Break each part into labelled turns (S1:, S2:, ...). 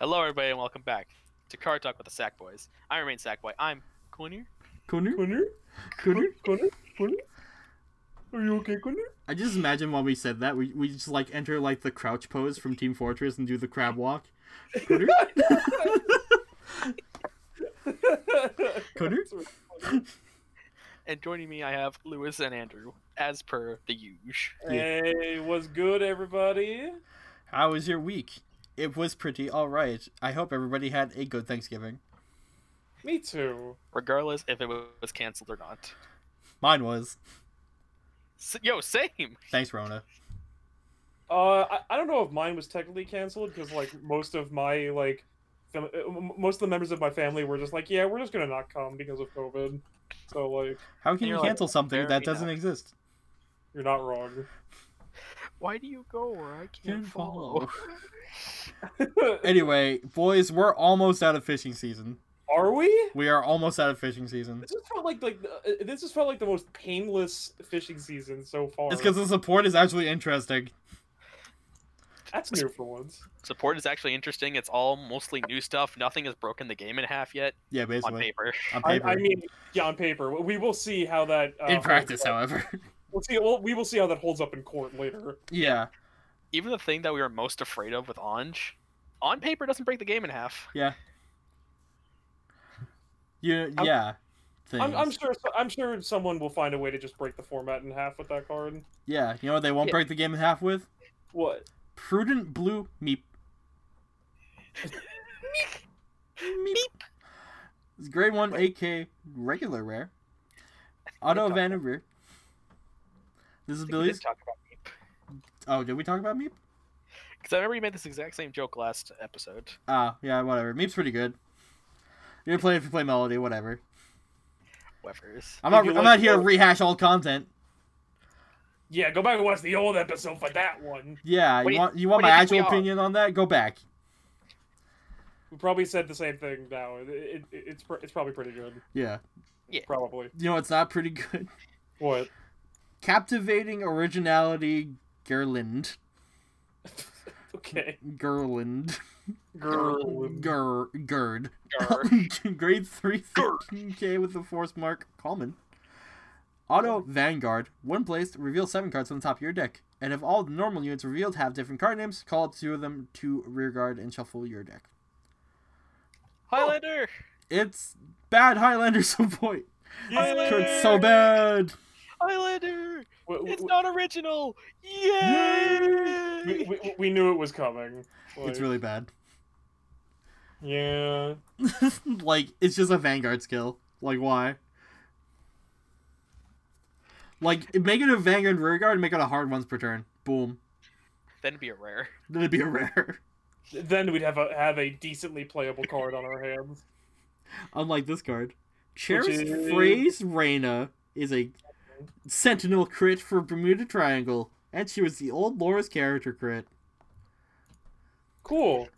S1: Hello, everybody, and welcome back to Car Talk with the Sack Boys. I remain Sack Boy. I'm Cornier.
S2: Connor?
S3: Connor? Connor? Connor? Connor? Are you okay, Connor?
S2: I just imagine while we said that, we, we just like enter like the crouch pose from Team Fortress and do the crab walk. Connor? Connor?
S3: That's really funny.
S1: And joining me, I have Lewis and Andrew, as per the huge.
S3: Hey, what's good, everybody?
S2: How was your week? It was pretty alright. I hope everybody had a good Thanksgiving.
S3: Me too.
S1: Regardless if it was canceled or not.
S2: Mine was.
S1: S yo, same!
S2: Thanks, Rona.
S3: Uh, I, I don't know if mine was technically canceled because like most of my like, fam- uh, m- most of the members of my family were just like, yeah, we're just gonna not come because of COVID. So like,
S2: How can you
S1: You're like,
S2: cancel something
S1: "Fair
S2: that
S1: enough."
S2: doesn't exist?
S3: you're not wrong.
S1: Why do you go where I
S2: Can't follow.
S3: Are
S2: Anyway, boys, we're almost out of fishing season.
S3: we?
S2: We are almost out of fishing season.
S3: This just felt like like uh, this just felt like the most painless fishing season so far.
S2: It's because the support is actually interesting.
S3: That's new for once.
S1: Support is actually interesting. It's all mostly new stuff. Nothing has broken the game in half yet
S2: Yeah,
S1: on
S2: basically.
S1: paper.
S2: On
S3: I,
S2: paper.
S3: I mean, yeah, on paper, We- we will see how that uh,
S2: In
S3: holds
S2: practice,
S3: up.
S2: however.
S3: we'll see. We'll, we will see how that holds up in court later.
S2: yeah.
S1: Even the thing that we were most afraid of with Ange, on paper doesn't break the game in half.
S2: You,
S3: I'm-
S2: yeah. Things.
S3: I'm, I'm sure. I'm sure someone will find a way to just break the format in half with that card.
S2: Yeah, you know what they won't
S1: Yeah.
S2: break the game in half with?
S3: What?
S2: Prudent Blue Meep. Meep. It's grade 1 AK regular rare. Auto
S1: talked
S2: Vanna rare. This is
S1: I think we did
S2: Billy's.
S1: talk about Meep.
S2: Oh, did we talk about Meep?
S1: Because I remember you made this exact same joke last episode.
S2: Ah, yeah, whatever. Meep's pretty good. You can play if you play Melody, whatever.
S1: Wefers.
S2: I'm not.
S3: If you
S2: I'm
S3: like
S2: not here to
S3: Melody-
S2: rehash old content.
S3: Yeah, go back and watch the old episode for that one.
S1: What
S2: Yeah,
S1: do
S2: you
S1: you-
S2: want you want
S1: what do you
S2: my
S1: think we
S2: actual
S1: are?
S2: opinion on that? Go back.
S3: We probably said the same thing now. It, it, it's pr- it's probably pretty good.
S2: Yeah,
S3: Probably.
S2: you know it's not pretty good.
S3: What?
S2: Captivating originality, Gerland.
S3: Okay.
S2: Gerland.
S3: Girl.
S2: Ger Gerd.
S1: Grr.
S2: Grade 3
S1: Gerd.
S2: 15k with the force mark common. Auto Vanguard. One placed, reveal seven cards from the top of your deck. And if all the normal units revealed have different card names, call up two of them to rearguard and shuffle your deck.
S1: Highlander!
S2: It's bad Highlander support.
S1: Highlander!
S2: It's so bad.
S1: Highlander!
S3: We,
S1: It's not original! Yay!
S3: we, we, we knew it was coming.
S2: It's
S3: Like,
S2: really bad.
S3: Yeah.
S2: like it's just a vanguard skill. Like why? Like make it a vanguard rear guard, make it a hard ones per turn. Boom.
S1: That'd be a rare.
S2: Then it'd be a rare.
S3: Then we'd have a have a decently playable card on our hands.
S2: Unlike this card. Cherish
S3: is-
S2: Phrase Reyna is a sentinel crit for Bermuda Triangle, and she was the old Laura's character crit.
S3: Cool.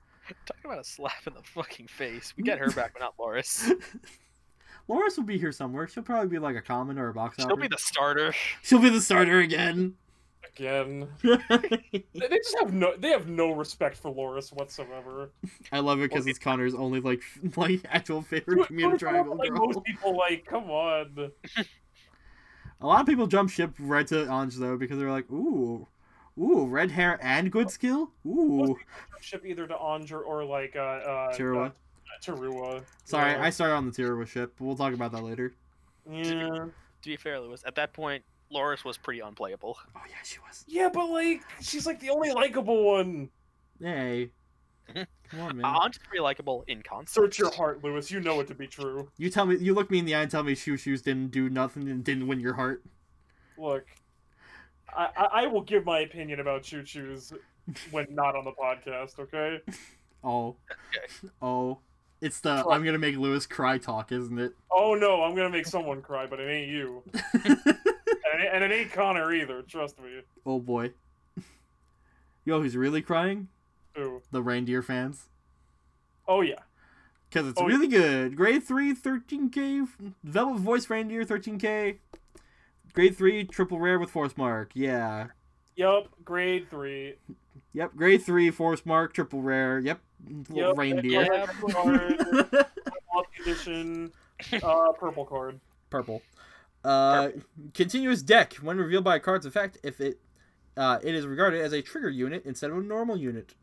S1: Talk about a slap in the fucking face. We get her back, but not Loris.
S2: Laura's will be here somewhere. She'll probably be like a common or a box
S1: She'll
S2: hopper.
S1: be the starter.
S2: She'll be the starter again.
S3: Again. They they just have no they have no respect for Loris whatsoever.
S2: I love it because it's Connor's only like f- like actual favorite
S3: Dude,
S2: Bermuda
S3: most people-
S2: Triangle
S3: like,
S2: girl.
S3: most people like, come on.
S2: A lot of people jump ship right to Anj though because they're like, ooh, ooh, red hair and good skill. Ooh,
S3: Ship either to Anj or, or like uh uh
S2: Tirua.
S3: uh, Tirua.
S2: Sorry,
S3: Yeah.
S2: I started on the Tirua ship. But we'll talk about that later.
S3: Yeah.
S1: To be fair, Lewis, at that point, Loris was pretty unplayable.
S2: Oh yeah, she was.
S3: Yeah, but like she's like the only likable one.
S2: Hey, come on, man.
S1: Ange is Uh, pretty likable in concert.
S3: Search your heart, Lewis. You know it to be true.
S2: You tell me. You look me in the eye and tell me shoe shoes didn't do nothing and didn't win your heart.
S3: Look. I, I, I will give my opinion about Choo Choo's when not on the podcast, okay?
S2: Oh, oh, it's the
S3: Well-
S2: I'm gonna make Lewis cry talk, isn't it?
S3: Oh no, I'm gonna make someone cry, but it ain't you. and, it, and it ain't Connor either, trust me.
S2: Oh boy. Yo, who's really crying?
S3: Ooh.
S2: The reindeer fans.
S3: Oh yeah.
S2: Because it's
S3: Oh, yeah.
S2: really good. Grade 3, 13k. Velvet Voice Reindeer, 13k. Grade 3, triple rare with Force Mark. Yeah.
S3: Yup, grade three.
S2: Yep, grade three, force mark, triple rare. Yep, little
S3: Yup,
S2: reindeer.
S3: yellow card, luck edition, uh, purple card.
S2: Purple. Uh, continuous deck. When revealed by a card's effect, if it uh, it is regarded as a trigger unit instead of a normal unit.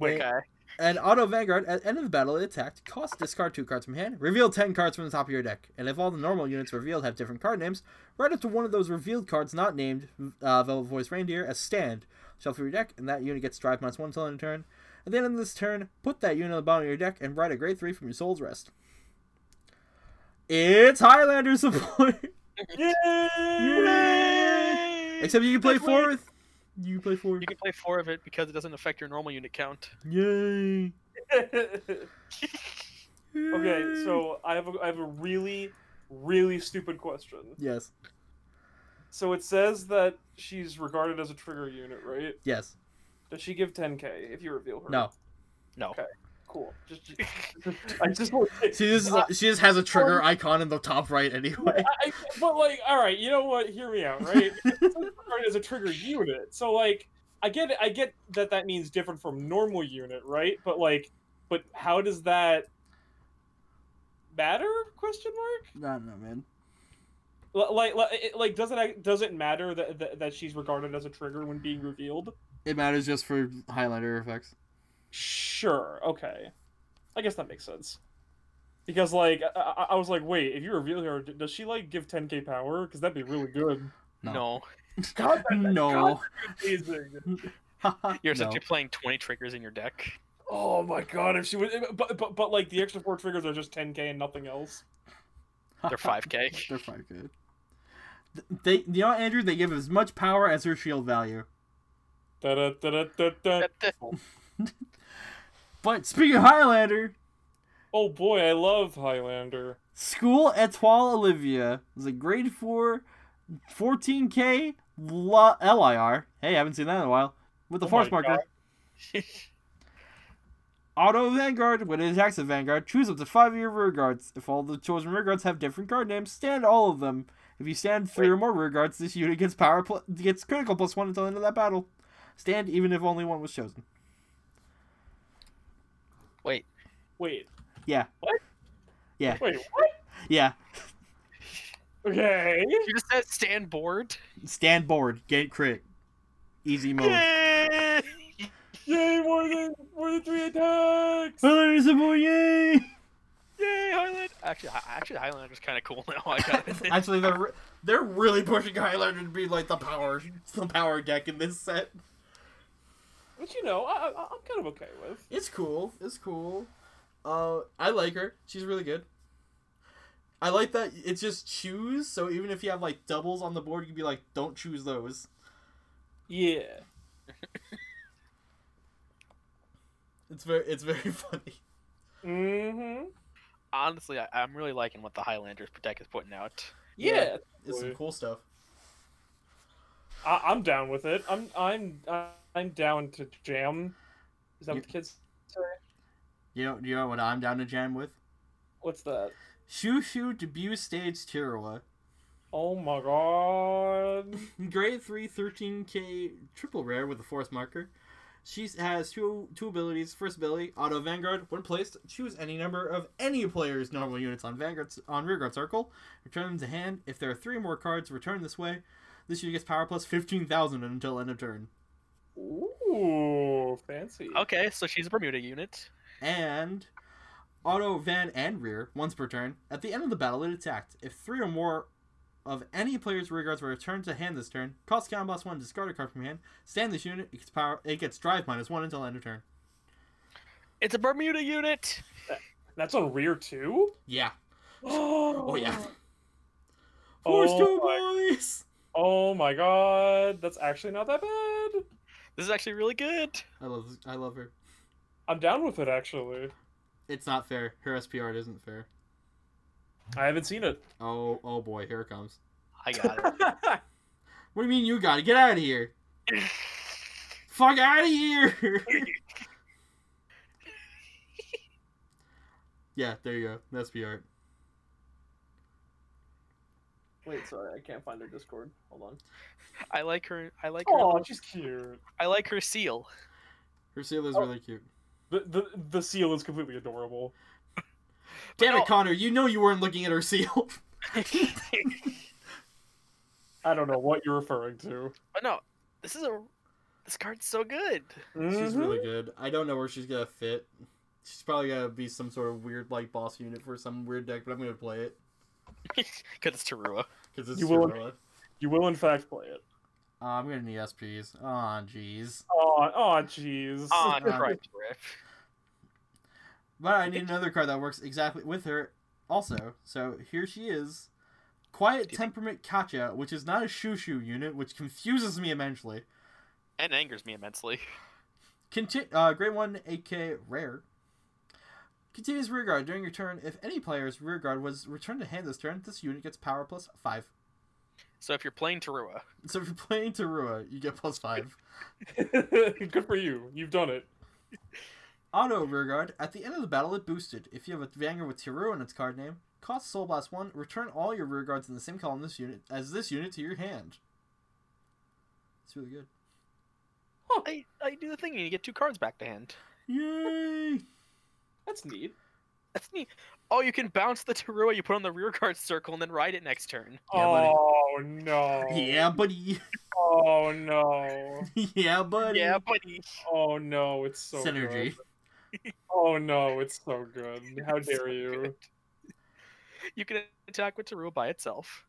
S3: Wait,
S1: Okay.
S2: And auto vanguard at end of the battle it attacked. Cost discard two cards from hand. Reveal ten cards from the top of your deck. And if all the normal units revealed have different card names, write up to one of those revealed cards not named uh, Velvet Voice Reindeer as stand. Shuffle your deck, and that unit gets drive minus one until end of turn. At the end of this turn, put that unit on the bottom of your deck and write a grade three from your Soul's Rest. It's Highlander support.
S3: Yay!
S2: Except you can play
S1: That's weird.
S2: four with. You can play four.
S1: You can play four of it because it doesn't affect your normal unit count.
S2: Yay!
S3: okay, so I have a, I have a really, really stupid question.
S2: Yes.
S3: So it says that she's regarded as a trigger unit, right?
S2: Yes.
S3: Does she give 10k if you reveal her?
S2: No.
S1: No.
S3: Okay. Cool. Just, I just want.
S2: She just she just has a
S1: Oh.
S2: trigger icon in the top right anyway.
S3: I, I- but like, all right, you know what? Hear me out, right? It's regarded as a trigger unit, so like, I get, I get that that means different from normal unit, right? But like, but how does that matter? Question mark.
S2: I don't know, man.
S3: L- Like, like, it- like does it act- does it matter that, that that she's regarded as a trigger when being revealed?
S2: It matters just for Highlander effects.
S3: Sure. Okay. I guess that makes sense. Because like I, I- I was like, wait, if you reveal her, d- does she like give 10k power? Because that'd be really good.
S2: No.
S1: No.
S3: God, that-
S2: No.
S3: amazing.
S1: You're
S2: no.
S1: essentially playing 20 triggers in your deck.
S3: Oh my god, if she was, but but but like the extra four triggers are just 10k and nothing else.
S1: They're 5k.
S2: They're five good. They, you know, Andrew, they give as much power as her shield value.
S3: Da da da da da.
S2: But speaking of Highlander,
S3: Oh boy, I love Highlander.
S2: School Etoile Olivia is a grade 4, 14k lo- LIR. Hey, I haven't seen that in a while. With the
S3: Oh my
S2: force marker. Auto Vanguard, when it attacks a Vanguard, choose up to five of your rearguards. If all the chosen rearguards have different card names, stand all of them. If you stand three or more rearguards, this unit gets power pl- gets critical plus one until the end of that battle. Stand even if only one was chosen.
S1: Wait.
S3: Wait.
S2: Yeah.
S3: What?
S2: Yeah.
S3: Wait. What?
S2: Yeah,
S3: Okay.
S1: You just said stand board?
S2: stand board, get crit, easy mode.
S1: Yay!
S3: Yay! More than more than three attacks.
S2: Hilarious boy, yay!
S1: Yay, Highland! Actually, Hi- actually Highlander's kind of cool now. I got it.
S2: Actually, they're re- they're really pushing Highlander to be like the power the power deck in this set.
S3: But you know, I, I, I'm kind of okay with.
S2: It's cool. It's cool. Uh, I like her. She's really good. I like that it's just choose. So even if you have like doubles on the board, you can be like, don't choose those.
S3: Yeah.
S2: It's very it's very funny.
S3: Mm-hmm.
S1: Honestly, I, I'm really liking what the Highlanders deck is putting out.
S3: Yeah.
S2: It's some
S3: Boy.
S2: cool stuff.
S3: I, I'm down with it. I'm I'm I'm down to jam. Is that
S2: You-
S3: what the kids say?
S2: You know you know what I'm down to jam with?
S3: What's that?
S2: Shoo Shoo debut stage Tirawa.
S3: Oh my god.
S2: Grade 3 13k triple rare with a force marker. She has two two abilities. First ability, auto vanguard. When placed, choose any number of any player's normal units on vanguard on rearguard circle. Return them to hand. If there are three more cards returned this way, this unit gets power plus fifteen thousand until end of turn.
S3: Ooh, fancy.
S1: Okay, so she's a Bermuda unit.
S2: And auto van and rear once per turn. At the end of the battle, it attacked. If three or more of any player's rear guards were returned to hand this turn, cost count plus one, discard a card from hand, stand this unit, it gets power, it gets drive minus one until end of turn.
S1: It's a Bermuda unit!
S3: That's on rear too?
S2: Yeah.
S3: Oh
S2: yeah. Oh Force
S3: Force
S2: two
S3: two
S2: boys.
S3: Oh my god. That's actually not that bad.
S1: This is actually really good.
S2: I love this- I love her.
S3: I'm down with it actually.
S2: It's not fair. Her SPR isn't fair.
S3: I haven't seen it.
S2: Oh oh boy, here it comes.
S1: I got
S2: What do you mean you got it? Get out of here.
S1: it.
S2: Fuck out of here. yeah, there you go. That's the art.
S4: Wait, sorry, I can't find her Discord. Hold on.
S1: I like her. I like her.
S3: Oh, she's cute.
S1: I like her seal.
S2: Her seal is
S3: Oh.
S2: really cute.
S3: The, the the seal is completely adorable.
S2: Damn
S1: no-
S2: it, Connor! You know you weren't looking at her seal.
S1: but
S3: I don't know what you're referring to.
S1: no, this is a. This card's so good.
S2: She's
S3: Mhm.
S2: really good. I don't know where she's gonna fit. She's probably gonna be some sort of weird like boss unit for some weird deck, but I'm gonna play it
S1: Because it's Tarua.
S2: because it's
S3: You will-
S2: Cinderella.
S3: You will in fact play it.
S2: Uh, I'm gonna need SPs. Oh jeez.
S3: Oh, oh, jeez.
S1: Ah,
S2: Nah.
S1: Christ, Rip.
S2: But I need another card that works exactly with her. Also, so here she is, Quiet Temperament Katya, which is not a Shushu unit, which confuses me immensely.
S1: And angers me immensely.
S2: Conti- uh, grade 1 AK rare. Continues rearguard during your turn. If any player's rearguard was returned to hand this turn, this unit gets power plus 5.
S1: So if you're playing Tarua,
S2: So if you're playing Tarua, you get plus 5.
S3: good for you. You've done it.
S2: Auto rearguard. At the end of the battle, it boosted. If you have a Vanguard with Tarua in its card name, cost Soul Blast 1, return all your rearguards in the same column this unit as this unit to your hand. It's really good.
S1: I, I do the thing and you get two cards back to hand.
S2: Yay!
S4: That's neat.
S1: That's neat. Oh, you can bounce the Tarua you put on the rear guard circle and then ride it next turn.
S2: Yeah, buddy.
S3: oh no.
S2: Yeah, buddy.
S3: Oh no.
S2: yeah, buddy.
S1: Yeah, buddy.
S3: Oh no. It's so
S2: Synergy.
S3: Good. Oh no. It's so good. How
S1: It's so
S3: dare you?
S1: You can attack with Tarua by itself.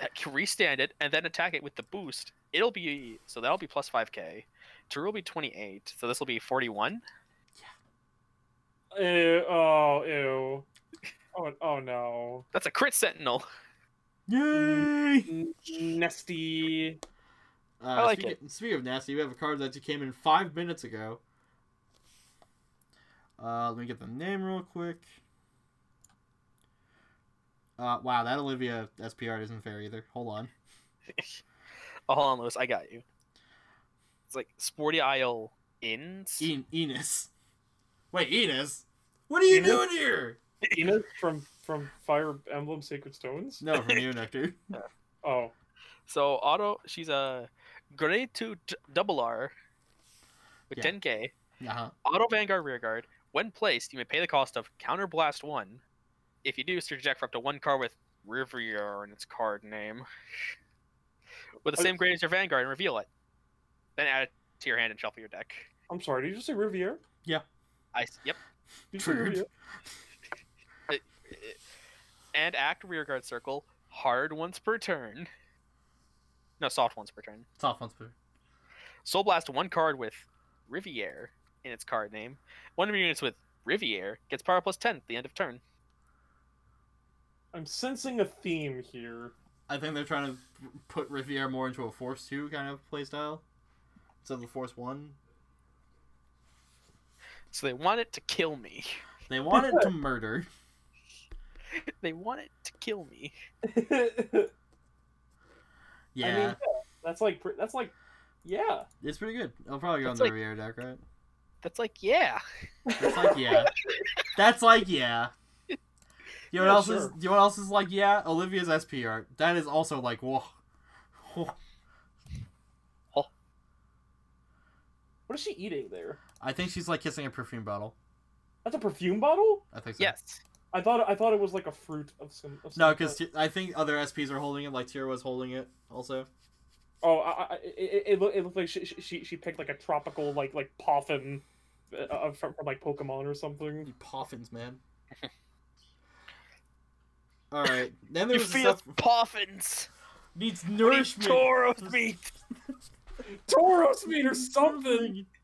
S1: That can restand it and then attack it with the boost. It'll be so that'll be plus five k. Tarua will be twenty eight, so this will be forty one.
S3: Ew, oh ew. Oh oh no.
S1: That's a crit sentinel.
S2: Yay!
S3: Nasty.
S2: Uh,
S1: I like
S2: speaking, Speaking of nasty, we have a card that just came in five minutes ago. Uh, let me get the name real quick. Uh, wow, that Olivia SPR isn't fair either. Hold on.
S1: Oh, hold on, Lewis, I got you. It's like Sporty Isle Inns.
S2: En- E-, Enos. Wait, Enos? What are you
S3: Enos?
S2: doing here?
S3: Ina from from Fire Emblem Sacred Stones.
S2: No, from you, Nectar.
S3: Oh.
S1: So Auto, she's a grade two d- double R with
S2: Yeah.
S1: ten k.
S2: Uh-huh.
S1: Auto Vanguard Rearguard. When placed, you may pay the cost of Counter Blast 1. If you do, search your deck for up to one card with Rivier in its card name. With the
S3: Oh.
S1: same grade as your Vanguard and reveal it. Then add it to your hand and shuffle your deck.
S3: I'm sorry. Did you just say Riviere?
S1: I, s- yep.
S3: Did you say
S2: True.
S3: Riviere?
S1: And act Rearguard Circle hard once per turn. No, soft once per turn.
S2: Soft one's better.
S1: Soul Blast one card with Rivier in its card name. One of your units with Rivier gets power plus 10 at the end of turn.
S3: I'm sensing a theme here.
S2: I think they're trying to put Riviera more into a Force 2 kind of playstyle. Instead of the Force 1.
S1: So they want it to kill me.
S2: They wanted to murder.
S1: they want it to kill me.
S2: Yeah.
S3: I mean, that's like pre- that's like, yeah.
S2: It's pretty good. I'll probably go on
S1: That's
S2: the
S1: like-
S2: Riviera deck, right?
S1: That's like, yeah.
S2: That's like yeah. That's like yeah. You know what
S3: Yeah,
S2: else is?
S3: sure.
S2: You know what else is like yeah? Olivia's SP art. That is also like whoa. Whoa.
S3: What is she eating there?
S2: I think she's like kissing a perfume bottle.
S3: That's a perfume bottle.
S2: I think so.
S1: Yes.
S3: I thought I thought it was like a fruit of some. Of
S2: No,
S3: some
S2: because I think other SPs are holding it. Like Tira was holding it also.
S3: oh, I, I, it, it, looked, it looked like she, she she picked like a tropical like like poffin uh, from, from like Pokemon or something.
S2: You poffins, man. All right. Then there
S1: You
S2: was the
S1: feel
S2: stuff
S1: poffins.
S2: needs
S1: You
S2: nourishment.
S1: Tauros meat.
S3: Tauros meat or something.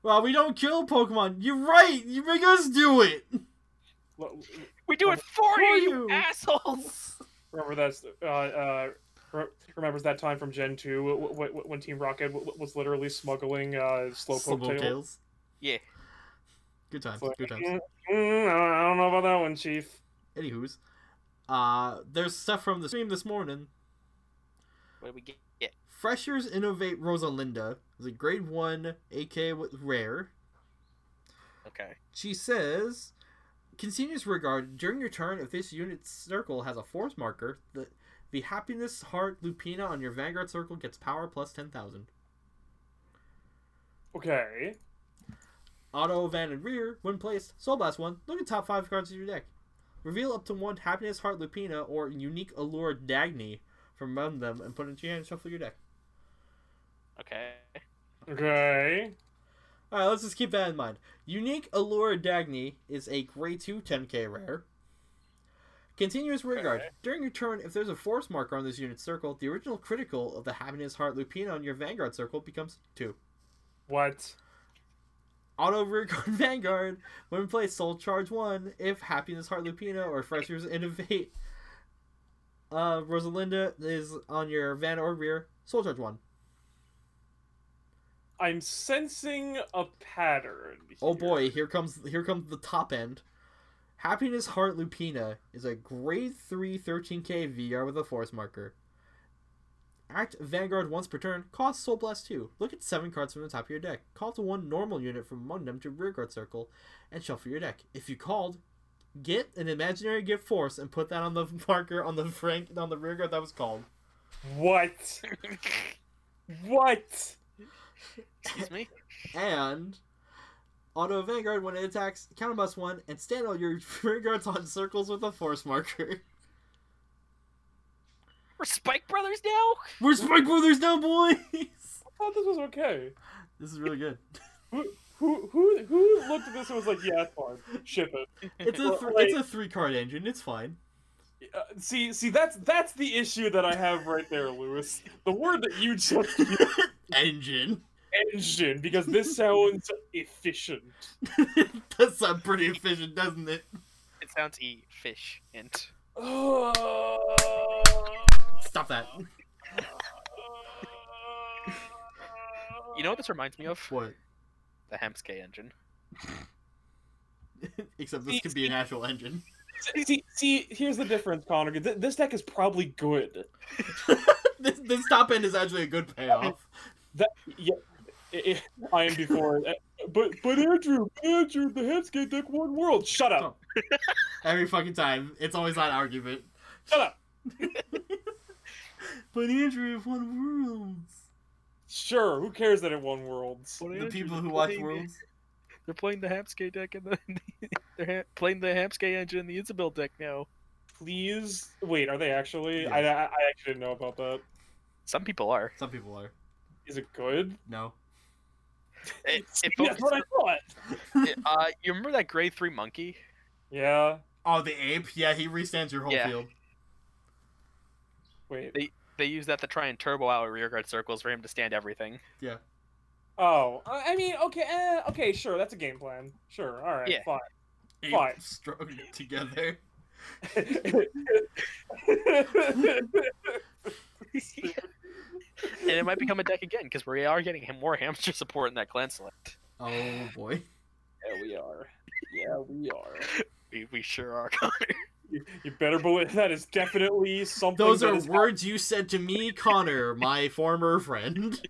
S2: Well, we don't kill Pokemon. You're right. You make us do it.
S3: Lo-
S1: We do it for you,
S2: you.
S1: you assholes.
S3: Remember that's uh, uh, re- remembers that time from Gen Two w- w- when Team Rocket w- w- was literally smuggling uh, Slowpoke
S2: Slowpoke
S3: tail.
S2: tails.
S1: Yeah.
S2: Good times.
S3: It's like,
S2: Good times.
S3: "Mm, mm, I don't know about that one, Chief.
S2: Anywho's, uh, there's stuff from the stream this morning.
S1: What do we get?
S2: Freshers Innovate Rosalinda is a grade one AK with rare.
S1: Okay.
S2: She says, Continuous regard during your turn, if this unit's circle has a force marker, the the happiness heart Lupina on your vanguard circle gets power plus ten thousand.
S3: Okay.
S2: Auto, Van, and Rear, when placed, Soul Blast 1, look at top 5 cards of your deck. Reveal up to one Happiness Heart Lupina or Unique Allure Dagny from among them and put it into your hand and shuffle your deck.
S1: Okay.
S3: Okay.
S2: Alright, let's just keep that in mind. Unique Allure Dagny is a Grade 2 10k rare. Continuous Rearguard.
S3: Okay.
S2: During your turn, if there's a Force marker on this unit's circle, the original critical of the Happiness Heart Lupina on your Vanguard circle becomes 2.
S3: What?
S2: Auto Rearguard Vanguard. When placed, Soul Charge 1. If Happiness Heart Lupina or Freshers Innovate uh, Rosalinda is on your van or rear, Soul Charge 1.
S3: I'm sensing a pattern.
S2: Oh
S3: here.
S2: boy, here comes here comes the top end. Happiness Heart Lupina is a grade 3 13k VR with a force marker. Act Vanguard once per turn, cost Soul Blast 2. Look at 7 cards from the top of your deck. Call to one normal unit from among them to rearguard circle and shuffle your deck. If you called, get an imaginary gift force and put that on the marker on the frank on the rearguard that was called.
S3: What? What?
S1: Excuse me.
S2: and auto vanguard when it attacks counter bus one and stand all your vanguards on circles with a force marker
S1: We're Spike Brothers now.
S2: we're spike brothers now boys
S3: I thought this was okay.
S2: this is really good
S3: Who who who looked at this and was like, yeah, it's fine. Ship it.
S2: it's a th- it's a three card engine it's fine
S3: Uh, see, see, that's that's the issue that I have right there, Lewis. The word that you just used,
S2: engine
S3: engine, because this sounds efficient.
S2: that sounds pretty efficient doesn't it
S1: It sounds e fish int.
S2: stop that
S1: You know what this reminds me of?
S2: what
S1: The Hamske engine.
S2: except this could be an actual engine
S3: See- See, see, here's the difference, Connor. Th- This deck is probably good.
S2: this, this top end is actually a good payoff
S3: I I am before it. But but Andrew, Andrew, the Hemsgate deck won world. Shut up.
S2: every fucking time it's always that argument
S3: Shut up.
S2: but andrew if one worlds
S3: Sure, who cares that it won worlds?
S2: the people who watch worlds
S1: They're playing the Hamske deck and the, they're ha- playing the Hamske engine and the Isabel deck now.
S3: Please wait. Are they actually? I, I I actually didn't know about that.
S1: Some people are.
S2: some people are
S3: Is it good?
S2: no
S1: It, Eh, it
S3: That's what I
S1: focuses-
S3: thought.
S1: it- uh, you remember that grade three monkey?
S3: Yeah.
S2: Oh, the ape? Yeah, he restands your whole
S1: Yeah.
S2: field.
S3: Wait.
S1: They use that to try and turbo out rearguard circles for him to stand everything.
S3: Oh, I I mean, okay, eh, okay, sure. That's a game plan. Sure. All right.
S1: Yeah.
S3: Fine.
S2: Ape
S3: Fine.
S2: strung together.
S1: And it might become a deck again because we are getting him more hamster support in that clan select.
S2: Oh boy.
S5: Yeah, we are. Yeah, we are.
S1: We, we sure are.
S3: you, you better believe that is definitely something.
S2: Those
S3: that
S2: are
S3: is-
S2: words you said to me, Connor, my former friend,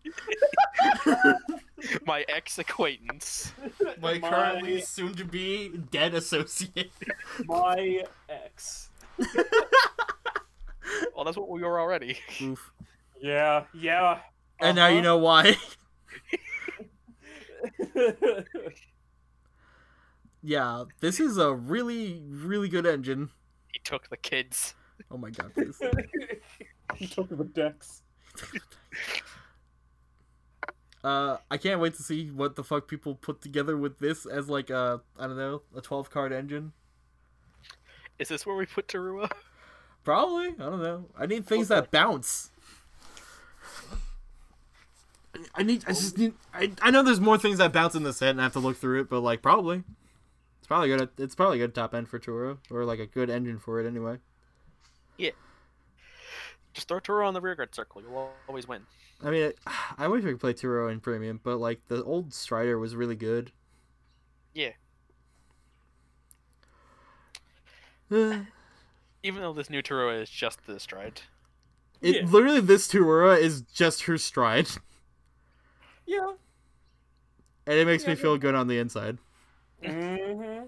S1: My ex acquaintance.
S2: my
S3: My-
S2: currently soon to be dead associate.
S3: my ex.
S1: Well, that's what we were already.
S2: Oof. Uh-huh.
S3: Yeah. Yeah.
S2: And now you know why.
S3: know.
S2: yeah, this is a really, really good engine.
S1: He took the kids.
S2: Oh my god, please.
S3: he took the decks.
S2: Uh, I can't wait to see what the fuck people put together with this as like a, I don't know, a 12 card engine.
S1: Is this where we put Tarua?
S2: Probably. I don't know. I need things that bounce. I need. I just need. I, I know there's more things that bounce in the set, and I have to look through it. But like, probably, it's probably good. It's probably a good top end for Toro, or like a good engine for it anyway.
S1: Just throw Tarua on the rearguard circle. You'll always win.
S2: I mean, I wish we could play Toro in premium, but like the old Strider was really good.
S1: Yeah.
S2: Eh.
S1: Even though this new Tarua is just the stride.
S2: It
S3: Yeah.
S2: literally this Turura is just her stride,
S3: Yeah.
S2: and it makes me
S3: Yeah,
S2: feel good on the inside.
S3: Mm-hmm.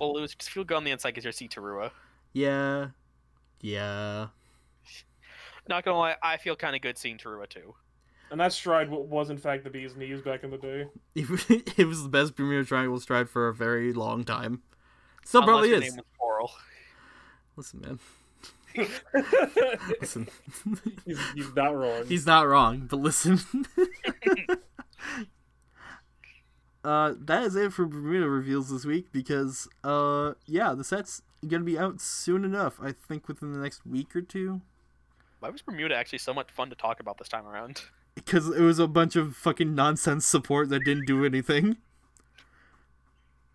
S1: will lose. Just feel good on the inside because you're Citarua.
S2: Yeah. Yeah.
S1: Not gonna lie, I feel kind of good seeing Tarua too.
S3: And that stride wa- was, in fact, the bee's knees back in the day.
S2: It, w- it was the best Bermuda Triangle stride for a very long time. Still
S1: Unless
S2: probably
S1: your
S2: is.
S1: Name was Coral.
S2: Listen, man. Listen.
S3: he's, he's not wrong.
S2: He's not wrong, but listen. uh, that is it for Bermuda reveals this week because, uh, yeah, the set's gonna be out soon enough. I think within the next week or two.
S1: Why was Bermuda actually so much fun to talk about this time around?
S2: Because it was a bunch of fucking nonsense support that didn't do anything.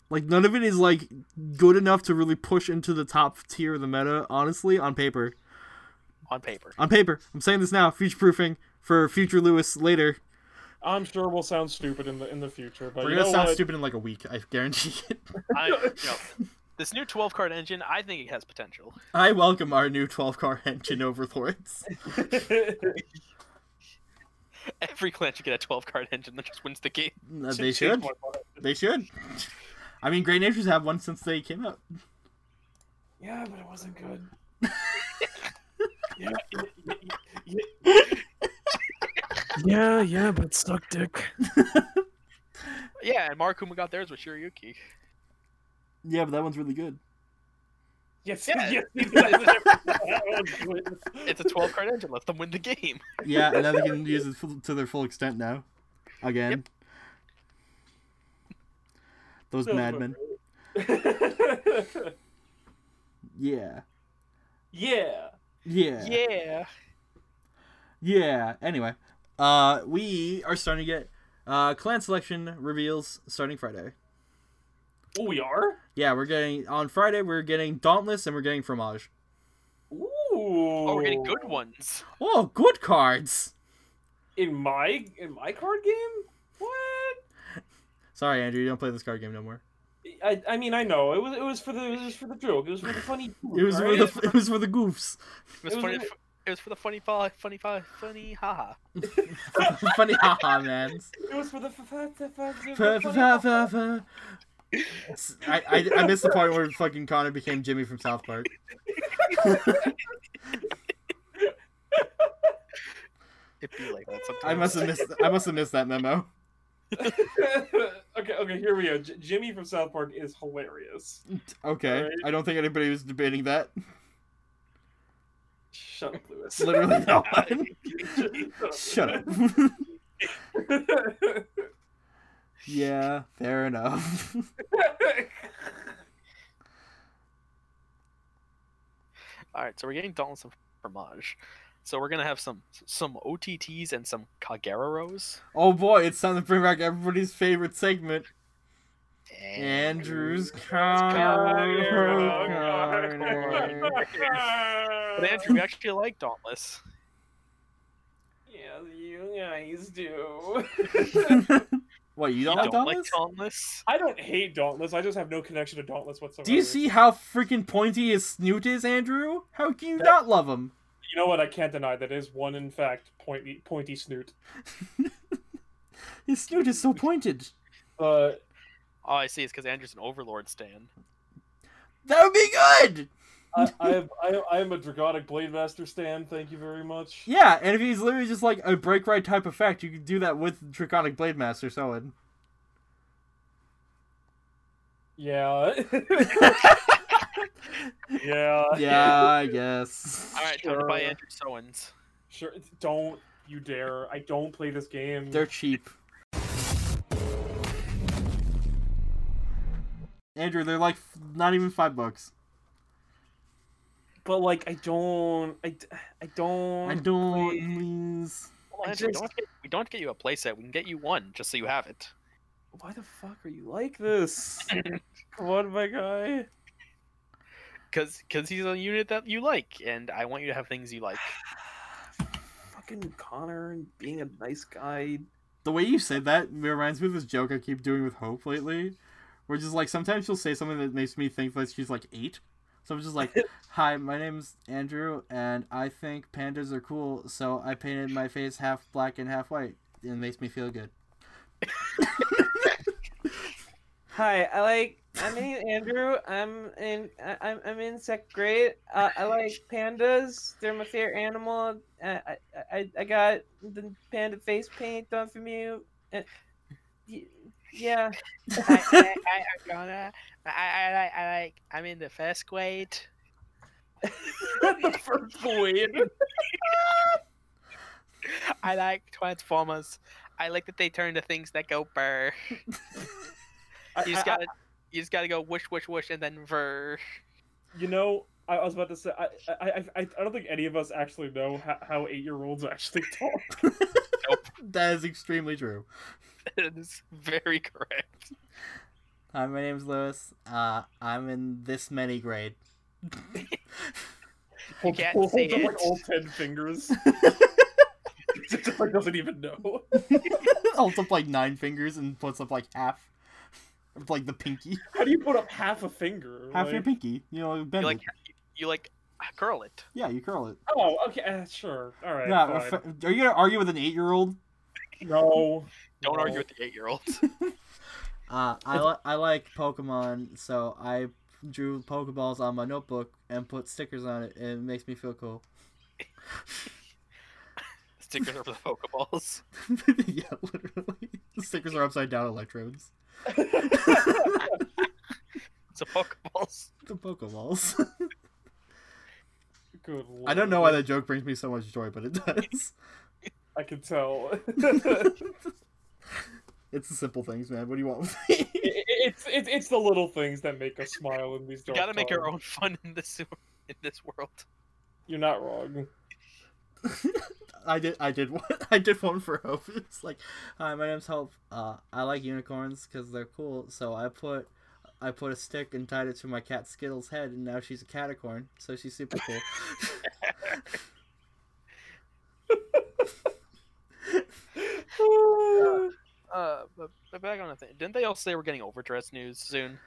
S2: Like none of it is like good enough to really push into the top tier of the meta. Honestly, on paper,
S1: On paper.
S2: on paper, I'm saying this now, future proofing for future Lewis later.
S3: I'm sure we'll sound stupid in the in the future, but
S2: We're
S3: you
S2: gonna
S3: know
S2: sound
S3: what?
S2: stupid in like a week. I guarantee it.
S1: I, you know, this new 12 card engine, I think it has potential.
S2: I welcome our new 12 car engine overlords.
S1: Every clan should get a 12 card engine that just wins the game.
S2: Uh, they should. They should. I mean, Great Natures have one since they came out.
S3: Yeah, but it wasn't good.
S6: Yeah,
S3: Yeah, yeah, but suck dick.
S1: Yeah, and Markuma got theirs with Shiryuki.
S2: Yeah, but that one's really good.
S3: Yes,
S1: Yeah.
S3: yes. that was good.
S1: It's a 12 card engine. Let them win the game.
S2: Yeah, and now they can use it full, to their full extent now. Again. Those madmen. Yeah.
S3: yeah.
S2: Yeah.
S1: Yeah.
S2: Yeah. Anyway, uh, we are starting to get uh, clan selection reveals starting Friday.
S3: Oh, we are.
S2: Yeah, we're getting on Friday. We're getting Dauntless and we're getting Fromage.
S3: Ooh.
S1: Oh, we're getting good ones.
S2: Oh, good cards.
S3: in my in my card game. What?
S2: Sorry, Andrew, you don't play this card game no more.
S3: I, I mean I know it was it was for the it was for the joke it was for the funny
S2: It was
S3: right?
S2: for the it was for the goofs.
S1: It was,
S3: It was
S1: funny.
S3: really-
S1: It was for the funny, fa- funny, fa- funny, haha.
S2: Funny haha man.
S3: it was for the fa- fa- fa- fa- fa-
S2: Fa-
S3: funny-
S2: fa- fa- fa. I, I I missed the part where fucking Connor became Jimmy from South Park.
S1: It'd be like that sometimes.
S2: I must have missed I must have missed that memo.
S3: okay okay here we go J- Jimmy from South Park is hilarious
S2: Okay,
S3: Alright.
S2: I don't think anybody was debating that.
S3: shut up Lewis
S2: Literally no one. Shut up. yeah, fair enough.
S1: All right, so we're getting Dauntless and Fromage. So we're gonna have some some OTTs and some Kageroros.
S2: Oh boy, it's time to bring back everybody's favorite segment, Andrew's
S3: Oh,
S2: Corner.
S1: But Andrew, we actually like Dauntless.
S3: yeah you guys do
S2: What you don't,
S1: you
S2: like
S1: don't like
S2: Dauntless?
S1: Dauntless?
S3: I don't hate Dauntless I just have no connection to Dauntless whatsoever
S2: Do you see how freaking pointy his snoot is, Andrew? How can you not love him?
S3: You know what? I can't deny that is one, in fact, pointy, pointy snoot.
S2: His snoot is so pointed.
S3: Uh,
S1: Oh, I see. It's because Andrew's an Overlord stan.
S2: That would be good.
S3: I, I, have, I, I am a Dragonic Blade Master stand. Thank you very much.
S2: Yeah, and if he's literally just like a break right type effect, you could do that with Draconic Blade Master Soen.
S3: Yeah. yeah.
S2: Yeah, I guess.
S1: All right, time to buy
S3: Sure.
S1: Andrew Sowens.
S3: Sure. Don't you dare! I don't play this game.
S2: They're cheap. Andrew, they're like f- not even five bucks.
S3: But like, I don't. I, d- I don't.
S2: I don't, please.
S1: Well,
S3: I
S1: Andrew, we don't
S3: just-
S1: have to get- we don't have to get you a playset. We can get you one just so you have it.
S3: Why the fuck are you like this? Come on, my guy.
S1: Cause, cause he's a unit that you like, and I want you to have things you like.
S3: Fucking Connor and being a nice guy.
S2: The way you said that reminds me of this joke I keep doing with Hope lately, where just like sometimes she'll say something that makes me think that she's like eight. So I'm just like, "Hi, my name's Andrew, and I think pandas are cool, so I painted my face half black and half white, and it makes me feel good."
S3: Hi, I like I mean, Andrew, I'm in. I- I'm I'm in sec grade. Uh, I like pandas. They're my favorite animal. Uh, I I I got the panda face paint done for me. Uh, y- yeah.
S1: I, I, I, I'm gonna. I, I, I, I like. I'm in the first grade.
S7: the first blade.
S1: I like Transformers. I like that they turn to things that go burr.
S7: I-
S1: You
S7: I-
S1: just gotta, you just gotta go whoosh, whoosh, whoosh, and then ver.
S7: You know, I I was about to say, I, I, I, I I don't think any of us actually know how, how eight year olds actually talk.
S2: That is extremely true.
S1: That is very correct.
S2: Hi, my name's Lewis. Uh, I'm in this many grade.
S7: Hold-
S1: can't
S7: hold-
S1: say
S7: hold up, like,
S1: it.
S7: all ten fingers. Just like doesn't even know.
S2: Holds up like nine fingers and puts up like half, like the pinky,
S7: How do you put up half a finger?
S2: half your
S7: Like,
S2: pinky. You know, bend
S1: You like,
S2: it.
S1: you like, ah, curl it.
S2: Yeah, you curl it.
S7: Oh, okay, uh, sure, all right.
S2: yeah,
S7: fine.
S2: if- are you gonna argue with an eight-year-old?
S7: No,
S1: Don't
S7: no.
S1: argue with the eight-year-olds.
S2: Uh, I li- I like Pokemon, so I drew Pokeballs on my notebook and put stickers on it, and it makes me feel cool.
S1: Stickers over the Pokeballs.
S2: yeah, literally. The stickers are upside down electrodes.
S1: It's a Pokeballs.
S2: The Pokeballs.
S7: Good
S2: I don't know why
S7: lord.
S2: that joke brings me so much joy, but it does.
S7: I can tell.
S2: It's the simple things, man. What do you want? from me?
S7: It- it- it's it's it's the little things that make us smile in these
S1: You
S7: dark
S1: gotta make your
S7: times.
S1: own fun in this in this world.
S7: You're not wrong.
S2: I did. I did one. I did one for Hope. It's like, hi, my name's Hope. Uh, I like unicorns because they're cool. So I put, I put a stick and tied it to my cat Skittle's head, and now she's a catacorn. So she's super cool.
S1: Uh, but, but back on the thing, didn't they all say we're getting overdress news soon?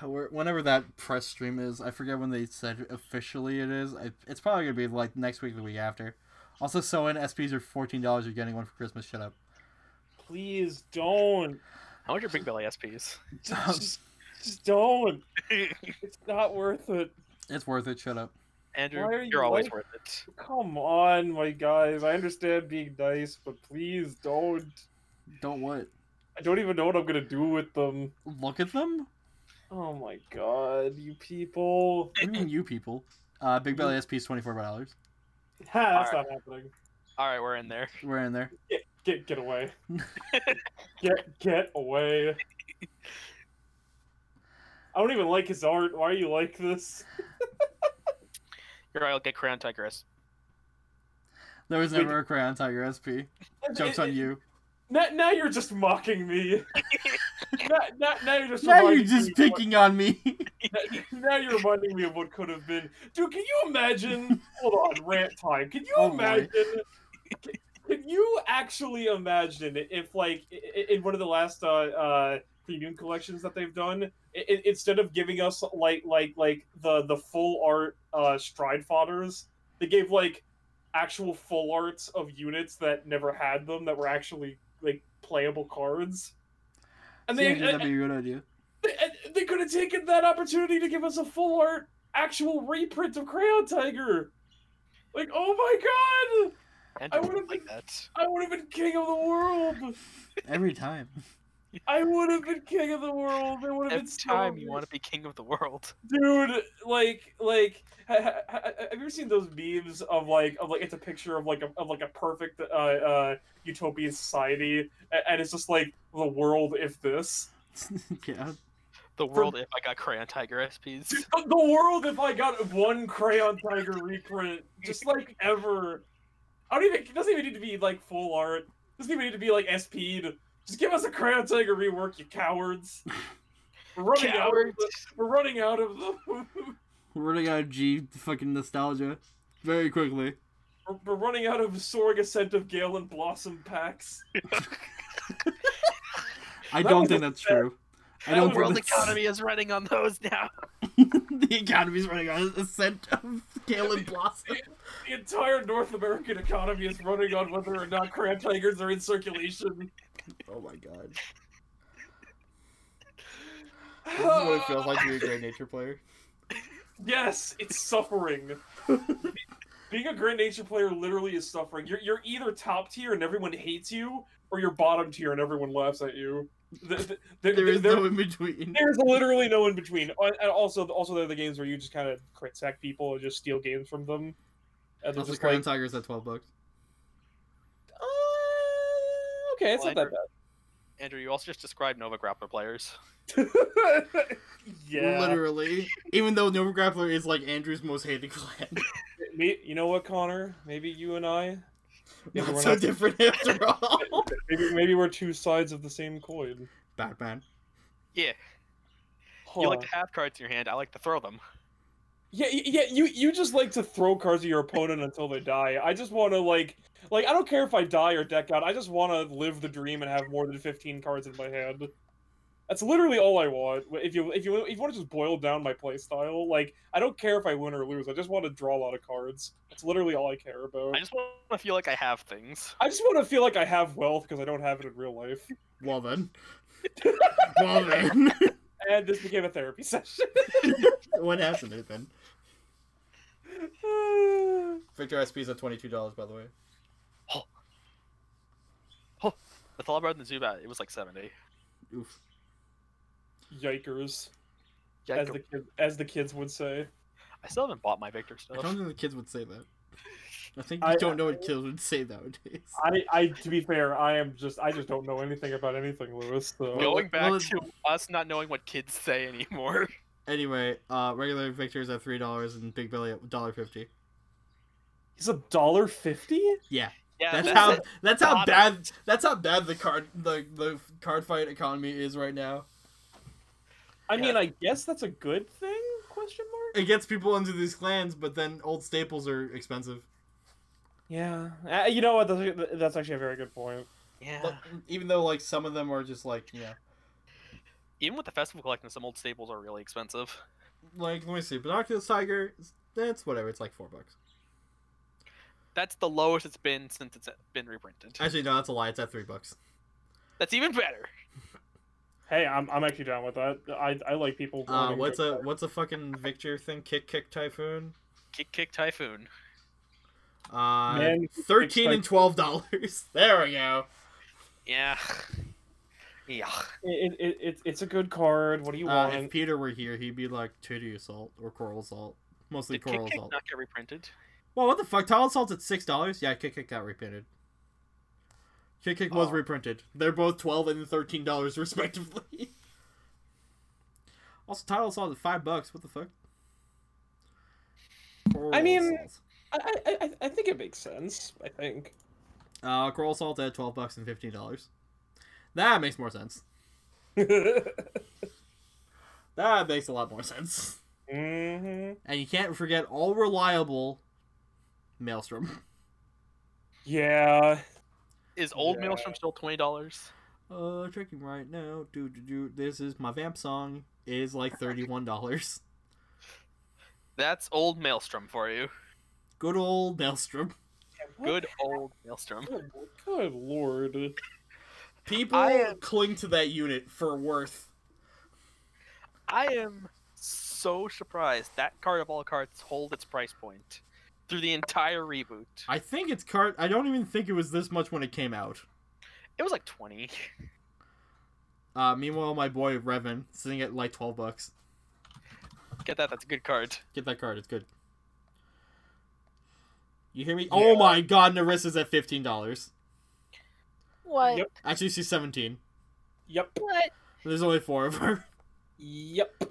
S2: Where- Whenever that press stream is, I forget when they said officially it is. I, it's probably gonna be like next week, or the week after. Also, so in SPs are fourteen dollars. You're getting one for Christmas. Shut up.
S7: Please don't.
S1: How much are Big Belly SPs?
S2: Um,
S7: Just, just, just don't. It's not worth it.
S2: It's worth it. Shut up.
S1: Andrew,
S7: Why are
S1: you're
S7: you
S1: always
S7: like-
S1: worth it.
S7: Come on, my guys. I understand being nice, but please don't.
S2: Don't what?
S7: I don't even know what I'm gonna do with them.
S2: Look at them.
S7: Oh my god, you people.
S2: What do you mean, you people? Uh, Big Belly SPs twenty four dollars.
S7: Ha, that's not happening.
S1: All right, we're in there.
S2: We're in there.
S7: Get get away. get get away. I don't even like his art. Why are you like this?
S1: You're right. I'll get Crayon Tigress.
S2: There was
S7: Wait.
S2: never a Crayon Tiger SP. Jokes on you.
S7: Now, now you're just mocking me. now, now, now you're just
S2: Now you're
S7: reminding me
S2: just
S7: of what-
S2: picking on me.
S7: Now you're reminding me of what could have been. Dude, can you imagine? Hold on, rant time. Can you
S2: Oh my.
S7: imagine? Can, can you actually imagine if, like, i- i- in one of the last uh, uh, premium collections that they've done, i- i- instead of giving us like like like the the full art uh, stride fodders, they gave like actual full arts of units that never had them that were actually like playable cards. And
S2: yeah,
S7: they,
S2: dude, that'd be a good idea.
S7: they, and they could have taken that opportunity to give us a full art actual reprint of Crayon Tiger. Like, oh my god!
S1: Andrew would
S7: would've
S1: like that.
S7: I would have been king of the world.
S2: Every time.
S7: I would have been king of the world. It would have
S1: Every
S7: been so
S1: time you
S7: amazing.
S1: want to be king of the world.
S7: dude like like ha, ha, ha, have you ever seen those memes of like of like it's a picture of like a, of like a perfect uh, uh utopian society a- and it's just like the world if this
S2: yeah.
S1: The world if I got Crayon Tiger SPs.
S7: Dude, the the world if I got one Crayon Tiger reprint, just like ever. I don't even. It doesn't even need to be like full art. Doesn't even need to be like SP'd. Just give us a Crayon Tiger rework, you cowards. We're running out. Of
S1: Cowards.
S7: the, we're running out of them.
S2: We're running out of G fucking nostalgia very quickly.
S7: we're, we're running out of Soaring Ascent of Gale and Blossom packs.
S2: I
S7: That
S2: don't
S7: was
S2: think that's true. I don't
S7: that
S1: The
S7: was-
S2: think
S1: world
S2: that's...
S1: economy is running on those now.
S2: the economy's running on the scent of Gale and Blossom.
S7: The entire North American economy is running on whether or not Crayon Tigers are in circulation.
S2: Oh my god. This is what it feels like to be a great nature player.
S7: Yes, it's suffering. Being a great nature player literally is suffering. You're, you're either top tier and everyone hates you, or you're bottom tier and everyone laughs at you. Th- th- there-
S2: There is
S7: there-
S2: no in between.
S7: there's literally no in between. Uh, And also, also there are the games where you just kind of crit sack people and just steal games from them. And they're
S2: Plus the
S7: just
S2: Crown
S7: like,
S2: Tigers at twelve bucks.
S3: Uh, okay, it's not that
S1: Andrew, you also just described Nova Grappler players.
S7: "Ah!" yeah.
S2: Literally. Even though Nova Grappler is like Andrew's most hated clan.
S7: Me- you know what, Connor? Maybe you and I, Yeah,
S2: Not
S7: we're
S2: so
S7: not-
S2: different after all.
S7: maybe maybe we're two sides of the same coin.
S2: Batman.
S1: Yeah, you like to have cards in your hand. I like to throw them.
S7: Yeah, y- yeah, you you just like to throw cards at your opponent until they die. I just want to like like I don't care if I die or deck out. I just want to live the dream and have more than 15 cards in my hand. That's literally all I want. If you if you if you want to just boil down my playstyle, like I don't care if I win or lose. I just want to draw a lot of cards. That's literally all I care about.
S1: I just want to feel like I have things.
S7: I just want to feel like I have wealth because I don't have it in real life.
S2: Well then. well then.
S7: And this became a therapy session.
S2: what hasn't it been?
S7: Uh,
S2: Victor SP's at twenty two dollars by the way.
S1: With all about the Zubat, it was like seventy.
S2: Oof.
S7: Yikers,
S1: Yeah,
S7: as the kid, as the kids would say.
S1: I still haven't bought my Victor
S2: I
S1: stuff.
S2: don't think the kids would say that. I think you
S7: I-
S2: don't know what kids would say nowadays.
S7: I, I to be fair, I am just I just don't know anything about anything, Lewis. So
S2: Well,
S1: Going back
S2: well,
S1: to us not knowing what kids say anymore.
S2: Anyway, uh, regular Victor's at three dollars and Big Belly at dollar fifty.
S7: it's a dollar fifty.
S2: Yeah,
S1: Yeah,
S2: that's how
S1: it.
S2: that's how
S1: Bottom.
S2: bad that's how bad the card the the card fight economy is right now.
S7: I
S1: Yeah.
S7: mean, I guess that's a good thing? Question mark.
S2: It gets people into these clans, but then old staples are expensive.
S7: Yeah, uh, you know what? That's, that's actually a very good point.
S1: Yeah.
S2: But even though like some of them are just like yeah,
S1: Even with the festival collection, some old staples are really expensive.
S2: like let me see, binoculars tiger. That's whatever. It's like four bucks.
S1: That's the lowest it's been since it's been reprinted.
S2: Actually, no, that's a lie. It's at three bucks.
S1: That's even better.
S7: Hey, I'm, I'm actually down with that. I, I like people.
S2: Uh,
S7: learning
S2: what's
S7: good
S2: a
S7: stuff.
S2: what's a fucking Victor thing? Kick kick typhoon.
S1: Kick, kick, typhoon.
S2: Uh,
S7: Man,
S2: thirteen and twelve dollars. There we go.
S1: Yeah. Yeah.
S7: It, it, it, it's a good card. What do you
S2: Uh,
S7: want?
S2: if Peter were here, he'd be like titty assault or coral assault, mostly
S1: Did kick,
S2: coral
S1: kick
S2: assault.
S1: not get reprinted?
S2: Well, what the fuck? Tile assault's at six dollars. Yeah, kick kick got reprinted. Kick kick was
S1: Oh.
S2: reprinted. They're both twelve and thirteen dollars respectively. also, tile assault at five bucks. What the fuck? Coral
S7: I mean-
S2: Assault.
S7: I, I, I, I think it makes sense. I think.
S2: uh, coral assault at twelve bucks and fifteen dollars. That makes more sense. That makes a lot more sense.
S7: hmm
S2: And you can't forget all reliable Maelstrom.
S7: Yeah.
S1: Is old
S7: Yeah.
S1: Maelstrom still twenty dollars?
S2: Uh, checking right now. Do do do. This is my vamp song. It is like thirty-one dollars.
S1: That's old Maelstrom for you.
S2: Good old Maelstrom.
S1: Good old Maelstrom.
S7: Good, good lord.
S2: People
S1: I am-
S2: cling to that unit for worth.
S1: I am so surprised that card of all cards hold its price point through the entire reboot.
S2: I think it's card. I don't even think it was this much when it came out.
S1: It was like twenty.
S2: Uh, meanwhile, my boy Revan sitting at like twelve bucks.
S1: Get that? That's a good card.
S2: Get that card. It's good. You hear me? Oh my God, Narissa's at fifteen dollars.
S3: What?
S7: Yep.
S2: Actually, she's seventeen.
S7: Yep.
S3: What?
S2: There's only four of her.
S7: Yep.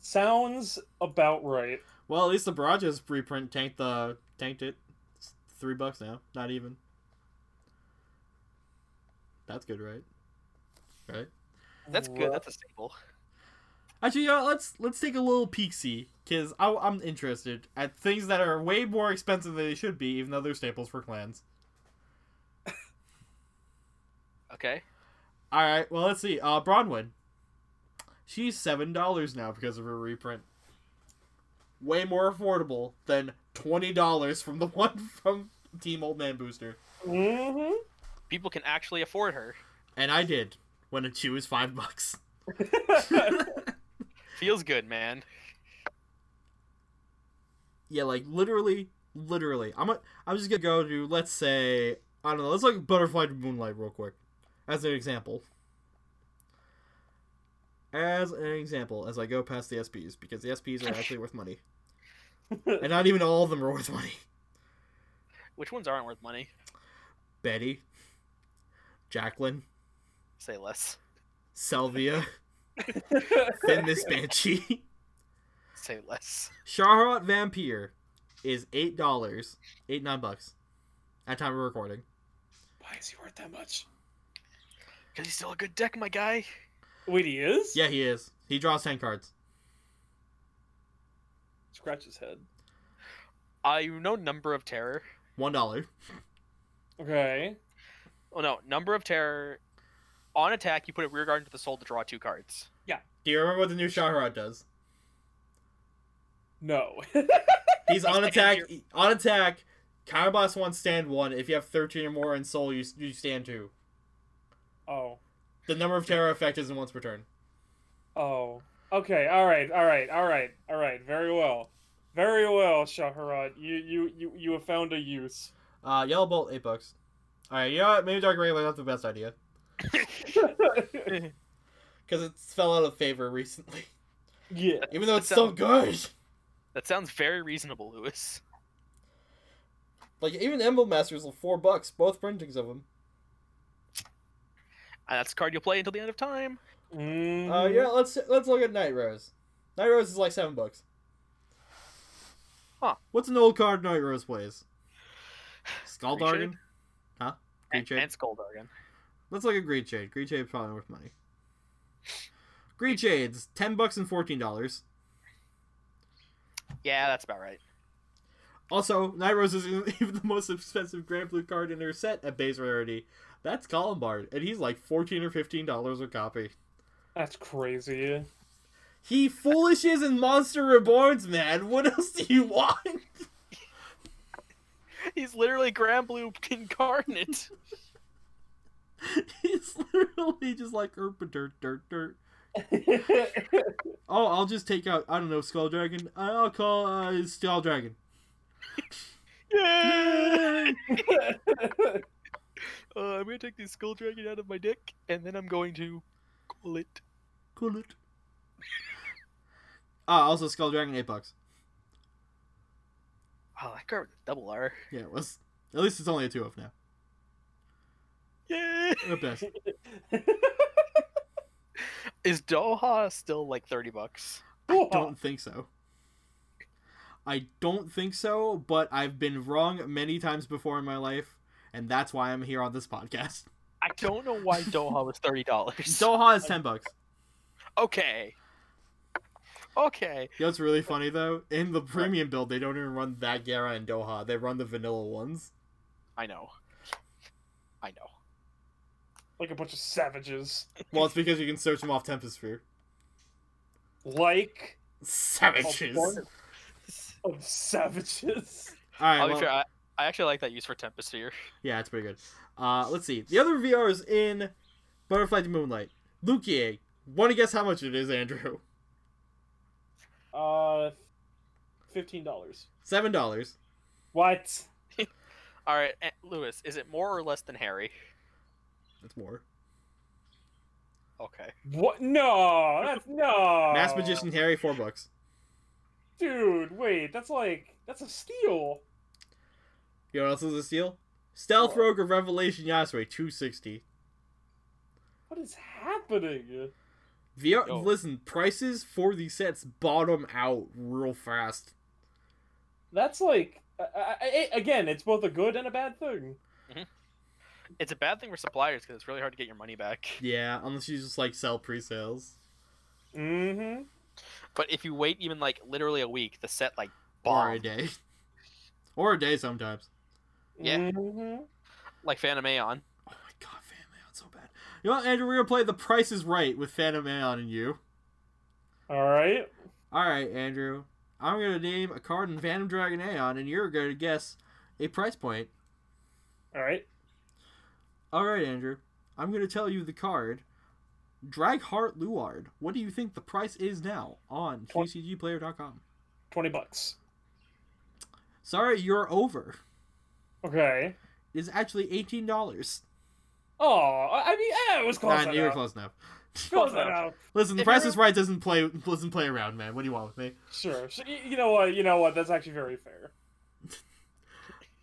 S7: Sounds about right.
S2: Well, at least the Barrage's reprint tanked the tanked it. It's three bucks now, not even. That's good, right? Right.
S1: That's good.
S7: Ru-
S1: That's a staple.
S2: Actually, you know, let's let's take a little peek see, cause I, I'm interested at things that are way more expensive than they should be, even though they're staples for clans.
S1: Okay.
S2: All right, well let's see. Uh, Bronwyn, she's seven dollars now because of her reprint. Way more affordable than twenty dollars from the one from Team Old Man Booster.
S7: Mhm.
S1: People can actually afford her.
S2: And I did. when a chew is five bucks.
S1: Feels good, man.
S2: yeah, like literally, literally. I'm a, I'm just gonna go to let's say I don't know. Let's look at Butterfly to Moonlight real quick as an example. As an example, as I go past the SPs because the SPs are actually worth money, and not even all of them are worth money.
S1: Which ones aren't worth money?
S2: Betty, Jacqueline,
S1: Say less.
S2: Selvia, then this Banshee.
S1: Say less.
S2: Charlotte Vampire is eight dollars, eight nine bucks, at time of recording.
S7: Why is he worth that much?
S1: Cause he's still a good deck, my guy.
S7: Wait, he is?
S2: Yeah, he is. He draws ten cards.
S8: Scratch his head.
S1: I know number of terror.
S2: One dollar.
S7: Okay.
S1: Oh no, number of terror. On attack, you put a rear guard into the soul to draw two cards.
S2: Do you remember what the new Shahrod does?
S7: No.
S2: He's on attack. On attack. Counterblast one, stand one. If you have thirteen or more in soul, you you stand two.
S7: oh.
S2: The number of terror effect isn't once per turn.
S7: Oh. Okay. All right. All right. All right. All right. Very well. Very well, Shaharat. You you you you have found a use.
S2: Uh, Yellow Bolt eight bucks. All right, you know what? Maybe Dark Ray was not the best idea because it fell out of favor recently.
S7: yeah.
S2: Even though it's
S1: That
S2: still good.
S1: That sounds very reasonable, Lewis.
S2: Like even Emblem Masters are four bucks. Both printings of them.
S1: And that's a card you'll play until the end of time.
S7: Mm,
S1: Mm-hmm.
S2: Uh, yeah, let's let's look at Night Rose. Night Rose is like seven bucks.
S1: Huh.
S2: What's an old card Night Rose plays? Skull
S1: Green
S2: Dargon?
S1: Shade?
S2: Huh? Green
S1: And,
S2: Shade?
S1: and Skullduggan.
S2: Let's look at Green Shade. Green Shade's probably worth money. Green Shade's ten bucks and fourteen dollars.
S1: Yeah, that's about right.
S2: Also, Night Rose is even the most expensive Grand Blue card in her set at base rarity. That's Columbard, and he's like fourteen or fifteen dollars a copy.
S7: That's crazy.
S2: He foolishes and Monster Reborns, man. What else do you want?
S1: He's literally Grand Blue incarnate.
S2: it's literally just like erpa dirt dirt dirt. Oh, I'll just take out I don't know Skull Dragon. I'll call uh, Skull Dragon.
S1: Yay! uh, I'm gonna take the skull dragon out of my deck, and then I'm going to call it.
S2: Cool it. Ah, also Skull Dragon eight bucks.
S1: Wow, Oh, that card with a double R.
S2: Yeah, it was. At least it's only a two of now.
S1: Yeah.
S2: At best.
S1: Is Doha still like thirty bucks?
S2: I don't think so. I don't think so, but I've been wrong many times before in my life, and that's why I'm here on this podcast.
S1: I don't know why Doha was thirty dollars.
S2: Doha is ten bucks.
S1: okay. Okay.
S2: You know what's really funny though? In the premium build, they don't even run that Gara and Doha. They run the vanilla ones.
S1: I know. I know.
S7: Like a bunch of savages.
S2: Well, it's because you can search them off Tempest Sphere.
S7: Like a
S2: Savages. All
S7: bunch of savages.
S2: right.
S1: I'll be
S2: well,
S1: fair. I, I actually like that use for Tempest Sphere.
S2: yeah, it's pretty good. Uh, let's see. The other VRs in Butterfly to Moonlight. Lukier. Want to guess how much it is, Andrew?
S7: Uh, fifteen dollars.
S2: Seven dollars.
S7: What?
S1: All right, eh, Lewis, is it more or less than Harry?
S2: That's more.
S1: Okay.
S7: What? No, that's no.
S2: Mass Magician Harry, four bucks.
S7: Dude, wait, that's like that's a steal.
S2: You know what else is a steal? Stealth Rogue of Revelation Yasui, two sixty.
S7: What is happening?
S2: VR.
S1: Yo.
S2: Listen, prices for these sets bottom out real fast.
S7: That's like I, I, I- again, it's both a good and a bad thing.
S1: It's a bad thing for suppliers because it's really hard to get your money back.
S2: Yeah, unless you just like sell pre-sales.
S7: Mm-hmm.
S1: But if you wait even like literally a week, the set like
S2: Or a
S1: bombed.
S2: day. Or a day sometimes.
S1: Yeah.
S7: Mm-hmm.
S1: Like Phantom Aeon.
S2: Oh my god, Phantom Aeon so bad. You know what, Andrew, we're gonna play The Price is Right with Phantom Aeon and you.
S7: All right.
S2: Alright, Andrew. I'm gonna name a card in Phantom Dragon Aeon and you're gonna guess a price point.
S7: All right.
S2: Alright, Andrew. I'm gonna tell you the card Draghart Luard. What do you think the price is now on
S7: Twen-
S2: QCGplayer.com?
S7: Twenty bucks.
S2: Sorry, you're over.
S7: Okay.
S2: It's actually eighteen dollars.
S7: Oh, I I mean, eh, it was close
S2: you were
S7: enough.
S2: close enough.
S7: Close
S1: Close
S7: enough.
S2: Listen, the
S1: If
S2: Price
S1: you're-
S2: is Right doesn't play doesn't play around, man. What do you want with me?
S7: Sure. So, y- you know what? You know what? That's actually very fair.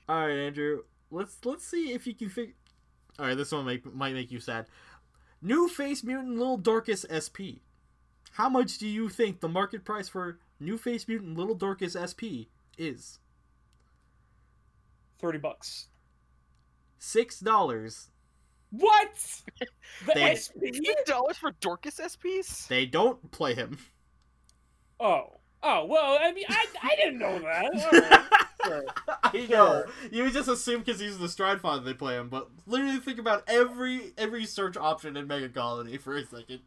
S2: All right, Andrew. Let's let's see if you can figure. All right, this one make, might make you sad. New Face Mutant Little Dorcas SP. How much do you think the market price for New Face Mutant Little Dorcas SP is?
S7: Thirty bucks.
S2: Six dollars.
S7: What? The
S2: They-
S7: SP?
S1: dollars for Dorcas SPs?
S2: They don't play him.
S7: Oh. Oh well. I mean, I, I didn't know that. All right.
S2: I know. You would just assume because he's the Stride Father they play him, but literally think about every every search option in Mega Colony for a second.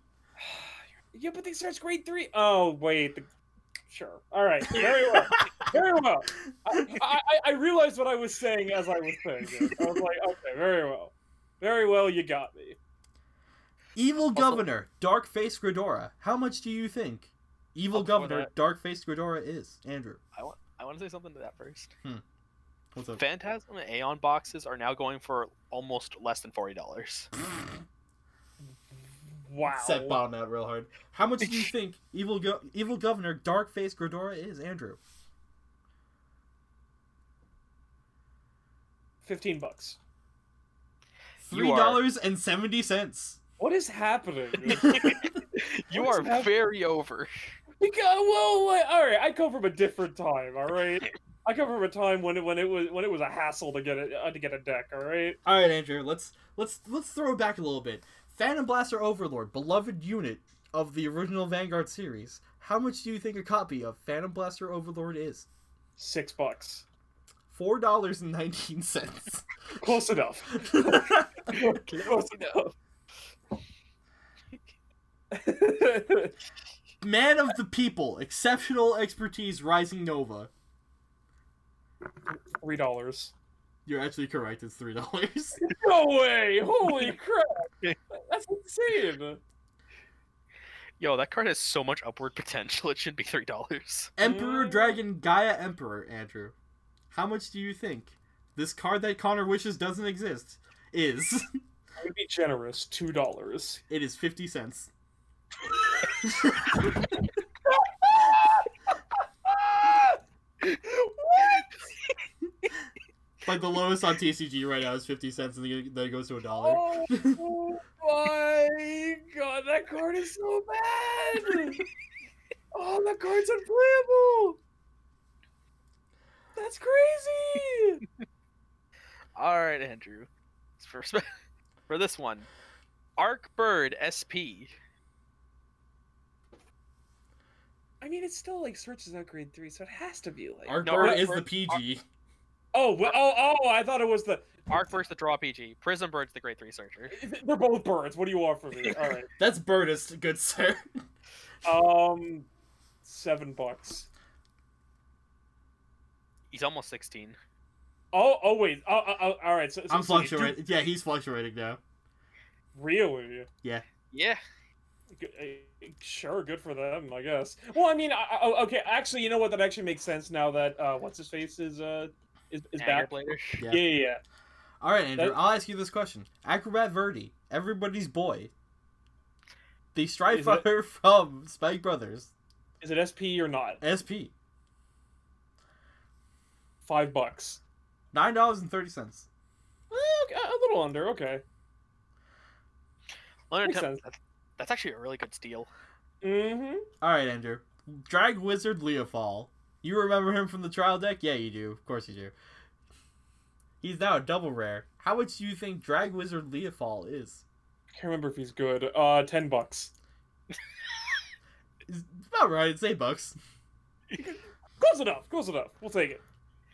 S7: Yeah, but they search grade three. Oh wait, the... sure. All right, very well, very well. I, I, I realized what I was saying as I was saying it. I was like, okay, very well, very well. You got me.
S2: Evil
S1: Also-
S2: Governor, Dark Face Gridora. How much do you think Evil
S1: I'll throw
S2: Governor,
S1: that.
S2: Dark Face Gridora is? Andrew,
S1: I want to say something to that first.
S2: what's up?
S1: Phantasm and Aeon boxes are now going for almost less than forty dollars.
S7: Wow.
S2: Set bottom out real hard. How much do you think Evil Go- Evil Governor, Dark Face Gridora is? Andrew,
S7: Fifteen bucks.
S1: You
S2: three
S1: are-
S2: dollars and seventy cents.
S7: What is happening?
S1: You
S7: What
S1: are
S7: is happening?
S1: very over.
S7: Because, well, like, all right, I come from a different time. All right, I come from a time when it when it was when it was a hassle to get it uh, to get a deck. All right.
S2: All right, Andrew. Let's let's let's throw it back a little bit. Phantom Blaster Overlord, beloved unit of the original Vanguard series. How much do you think a copy of Phantom Blaster Overlord is?
S7: Six bucks.
S2: Four dollars and nineteen cents.
S7: Close enough. Close enough.
S2: Man of the people, exceptional expertise, rising nova.
S7: Three dollars.
S2: You're actually correct. It's three dollars.
S7: No way! Holy crap! That's insane.
S1: Yo, that card has so much upward potential. It should be three dollars.
S2: Emperor Dragon Gaia Emperor Andrew. How much do you think this card that Connor wishes doesn't exist is?
S7: I would be generous. Two dollars.
S2: It is fifty cents.
S7: what?
S2: Like the lowest on TCG right now is fifty cents, and then it- then it goes to a dollar.
S7: Oh my god! That card is so bad. Oh, that card's unplayable. That's crazy.
S1: All right, Andrew. For sp- for this one, Arc Bird SP.
S7: I mean, it's still like searches out grade three, so it has to be like.
S2: Our
S1: No,
S2: bird
S1: we're-
S2: is
S1: we're-
S2: the PG.
S7: Oh, well, oh, oh! I thought it was the.
S1: Arc Bird's the draw PG. Prism Bird's the grade three searcher.
S7: They're both birds. What do you want from me? All right.
S2: That's birdist, good sir.
S7: Um, seven bucks.
S1: He's almost sixteen.
S7: Oh, oh wait. Oh, oh, oh, all right. So, so-
S2: I'm
S7: so you do-
S2: fluctuating. Yeah, he's fluctuating now.
S7: Really?
S1: Yeah.
S7: G- eh, Sure. Good for them, I guess. Well, I mean, I, I- oh, okay. Actually, you know what? That actually makes sense now that uh, what's his face is uh is, is
S1: Anger
S7: back.
S1: Blader.
S2: Yeah.
S7: Yeah, yeah, yeah.
S2: All right, Andrew.
S7: That-
S2: I'll ask you this question: Acrobat Verdi, everybody's boy, the Strike
S7: Is it-
S2: Fighter from Spike Brothers,
S7: Is it SP or not?
S2: SP,
S7: Five bucks.
S2: nine dollars and thirty cents.
S7: Eh, okay, a little under. Okay.
S1: Leonard
S7: Makes
S1: Tem-
S7: sense.
S1: that's- That's actually a really good steal.
S7: Mm-hmm.
S2: All right, Andrew. Drag Wizard Leofall. You remember him from the trial deck? Yeah, you do. Of course you do. He's now a double rare. How much do you think Drag Wizard Leofall is?
S7: Can't remember if he's good. Uh, ten bucks.
S2: It's about right. It's eight bucks.
S7: Close enough. Close enough. We'll take it.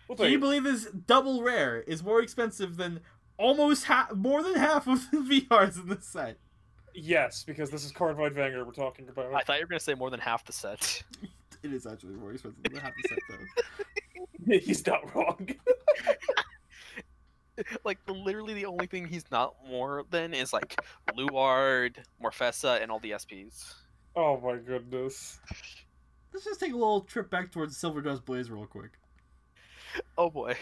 S7: We'll
S2: Can
S7: take
S2: you
S7: it.
S2: believe this double rare is more expensive than almost half, more than half of the VRs in this set?
S7: Yes, because this is Cardvoid Vanguard we're talking about.
S1: I thought you were gonna say more than half the set.
S2: It is actually more expensive than half the set, though.
S7: He's not wrong.
S1: like the- literally the only thing he's not more than is like Luard, Morfessa, and all the SPs.
S7: Oh my goodness.
S2: Let's just take a little trip back towards Silver Dust Blaze real quick.
S1: Oh boy.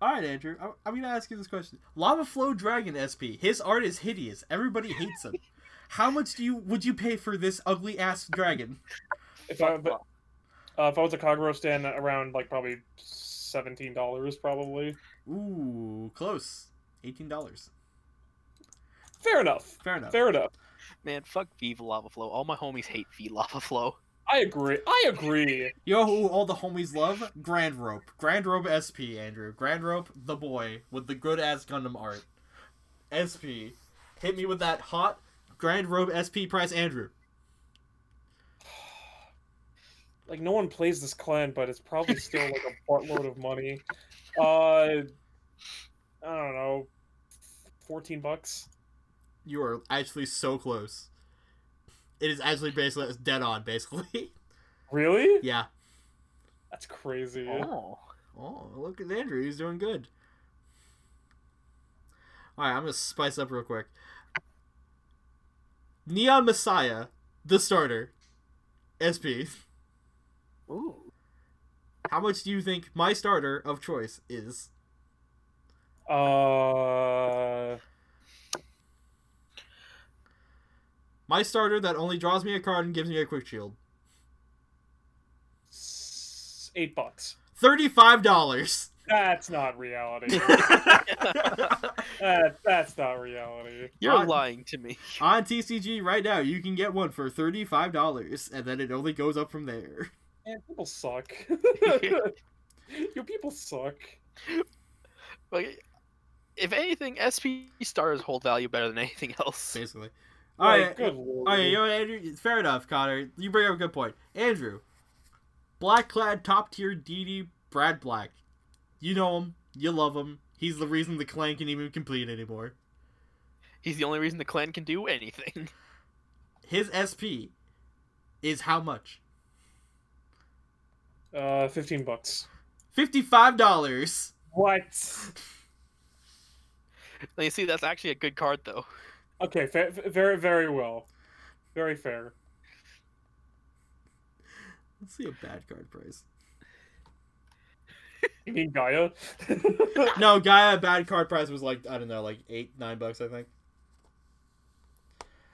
S2: All right, Andrew, I- I'm gonna ask you this question: Lava Flow Dragon SP. His art is hideous. Everybody hates him. How much do you would you pay for this ugly ass dragon?
S7: If I but, uh, if I was a Kaguro stand uh, around like probably seventeen dollars probably.
S2: Ooh, close. Eighteen dollars.
S7: Fair enough.
S2: Fair enough.
S7: Fair enough.
S1: Man, fuck V Lava Flow. All my homies hate V Lava Flow.
S7: I agree. I agree.
S2: You know who all the homies love? Grand Rope. Grand Rope SP, Andrew. Grand Rope, the boy, with the good ass Gundam art. SP. Hit me with that hot Grand Rope SP price, Andrew.
S7: Like no one plays this clan, but it's probably still like a buttload of money. Uh, I don't know, fourteen bucks.
S2: You are actually so close. It is actually basically it's dead on, basically.
S7: Really?
S2: yeah.
S7: That's crazy.
S1: Oh.
S2: Oh, look at Andrew. He's doing good. All right, I'm gonna spice up real quick. Neon Messiah, the starter, SP.
S1: Ooh.
S2: How much do you think my starter of choice is?
S7: Uh,
S2: My starter that only draws me a card and gives me a quick shield.
S7: s- eight bucks.
S2: Thirty-five dollars.
S7: That's not reality. that, that's not reality.
S1: You're
S2: Odd.
S1: lying to me.
S2: On TCG right now, you can get one for thirty-five dollars, and then it only goes up from there.
S7: Man, people suck. Your people suck.
S1: Like, if anything, SP stars hold value better than anything else.
S2: Basically. All
S7: Like,
S2: right.
S7: good lord.
S2: All right, you know, what, Andrew. Fair enough, Connor. You bring up a good point, Andrew. Black clad top tier DD Brad Black. You know him. You love him. He's the reason the clan can even complete anymore.
S1: He's the only reason the clan can do anything.
S2: His SP is how much?
S7: Uh, fifteen bucks.
S2: Fifty-five dollars.
S7: What?
S1: Now you see, that's actually a good card though.
S7: Okay, fa- f- very, very well, very fair.
S2: Let's see a bad card price.
S7: You mean Gaia?
S2: No, Gaia bad card price was like I don't know, like eight, nine bucks, I think.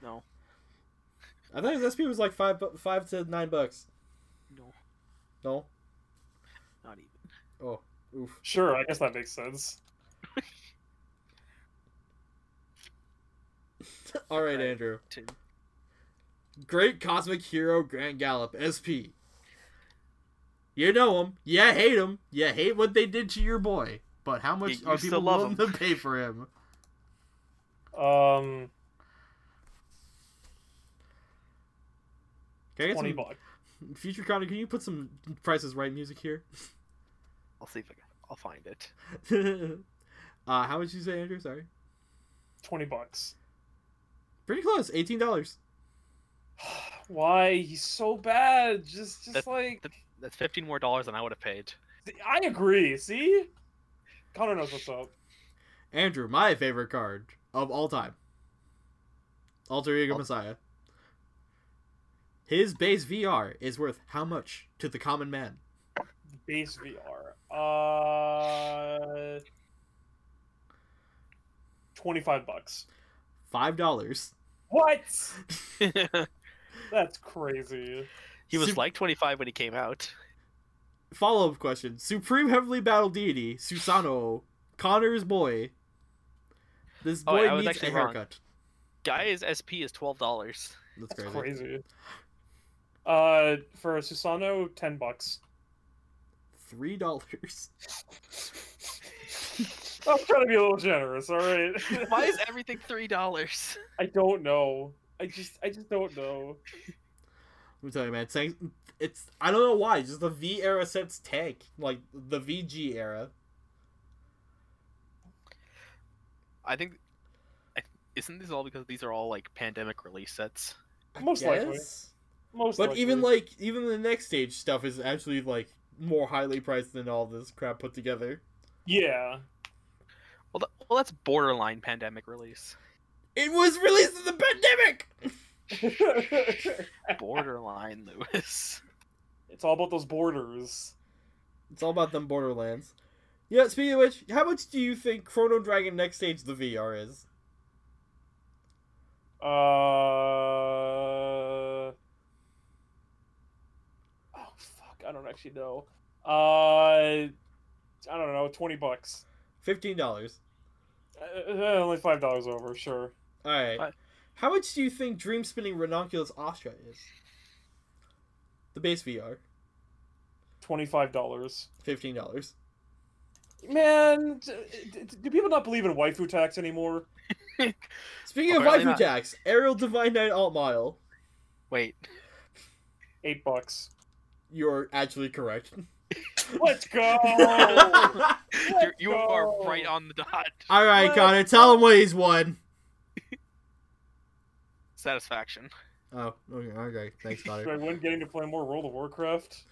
S1: No.
S2: I think his SP was like five, bu- five to nine bucks.
S1: No,
S2: No.
S1: not even.
S2: Oh, oof.
S7: sure, I guess that makes sense.
S2: All right, Andrew.
S1: Two.
S2: Great Cosmic Hero Grand Gallop SP. You know him. You hate him. You hate what they did to your boy. But how much
S1: you
S2: are
S1: still
S2: people
S1: love
S2: willing
S1: him.
S2: to pay for him?
S7: Um,
S2: Can I get
S7: twenty
S2: some-
S7: bucks.
S2: Future Connor, can you put some prices right music here?
S1: I'll see if I can. I'll find it.
S2: uh, how much did you say, Andrew? Sorry.
S7: Twenty bucks.
S2: Pretty close. Eighteen dollars.
S7: Why he's so bad? Just, just
S1: That-
S7: like
S1: That's fifteen more dollars than I would have paid.
S7: I agree. See, Connor knows what's up.
S2: Andrew, my favorite card of all time. Alter Ego
S1: Al-
S2: Messiah. His base VR is worth how much to the common man?
S7: Base VR. Uh, twenty-five bucks.
S2: Five dollars.
S7: What?
S1: he
S7: That's crazy.
S1: was
S2: Sup-
S1: like twenty five when he came out.
S2: Follow up question: Supreme Heavenly Battle Deity Susano, Connor's boy. This
S1: Oh, wait,
S2: boy
S1: I was
S2: needs a
S1: actually wrong.
S2: haircut.
S1: Guy's SP is twelve dollars.
S2: That's,
S7: That's
S2: crazy.
S7: crazy. Uh, for Susano, ten bucks.
S2: Three dollars.
S7: I'm trying to be a little generous, all right.
S1: Why is everything three dollars?
S7: I don't know. I just, I just don't know.
S2: I'm telling you, man. Tank, it's I don't know why. Just the V era sets tank like the VG era.
S1: I think. I, isn't this all because these are all like pandemic release sets?
S2: I
S7: Most likely.
S2: guess.
S7: Most,
S2: But even
S7: likely.
S2: like even the next stage stuff is actually like more highly priced than all this crap put together.
S7: Yeah.
S1: Well, th- well, that's borderline pandemic release.
S2: It was released in the pandemic.
S1: Borderline, Lewis.
S7: it's all about those borders.
S2: It's all about them Borderlands. Yeah. Speaking of which, how much do you think Chrono Dragon Next Stage the VR is?
S7: Uh. Oh fuck! I don't actually know. Uh, I don't know. Twenty bucks.
S2: Fifteen dollars.
S7: Uh, uh, only five dollars over. Sure.
S2: All right.
S1: What?
S2: How much do you think Dream Spinning Ranunculus Astra is? The base VR,
S7: Twenty-five dollars.
S2: fifteen dollars.
S7: Man, d- d- d- do people not believe in waifu tax anymore?
S2: Speaking of
S1: Apparently
S2: waifu
S1: not.
S2: tax, Aerial Divine Knight Alt Mile.
S1: Wait,
S7: Eight bucks.
S2: You're actually correct.
S7: Let's go.
S2: All
S1: you're, you are right
S7: go.
S1: on the dot.
S2: right, Connor, tell him what he's won.
S1: Satisfaction.
S2: Oh, okay, okay. Thanks,
S7: Should I
S2: Connor.
S7: win getting to play more World of Warcraft?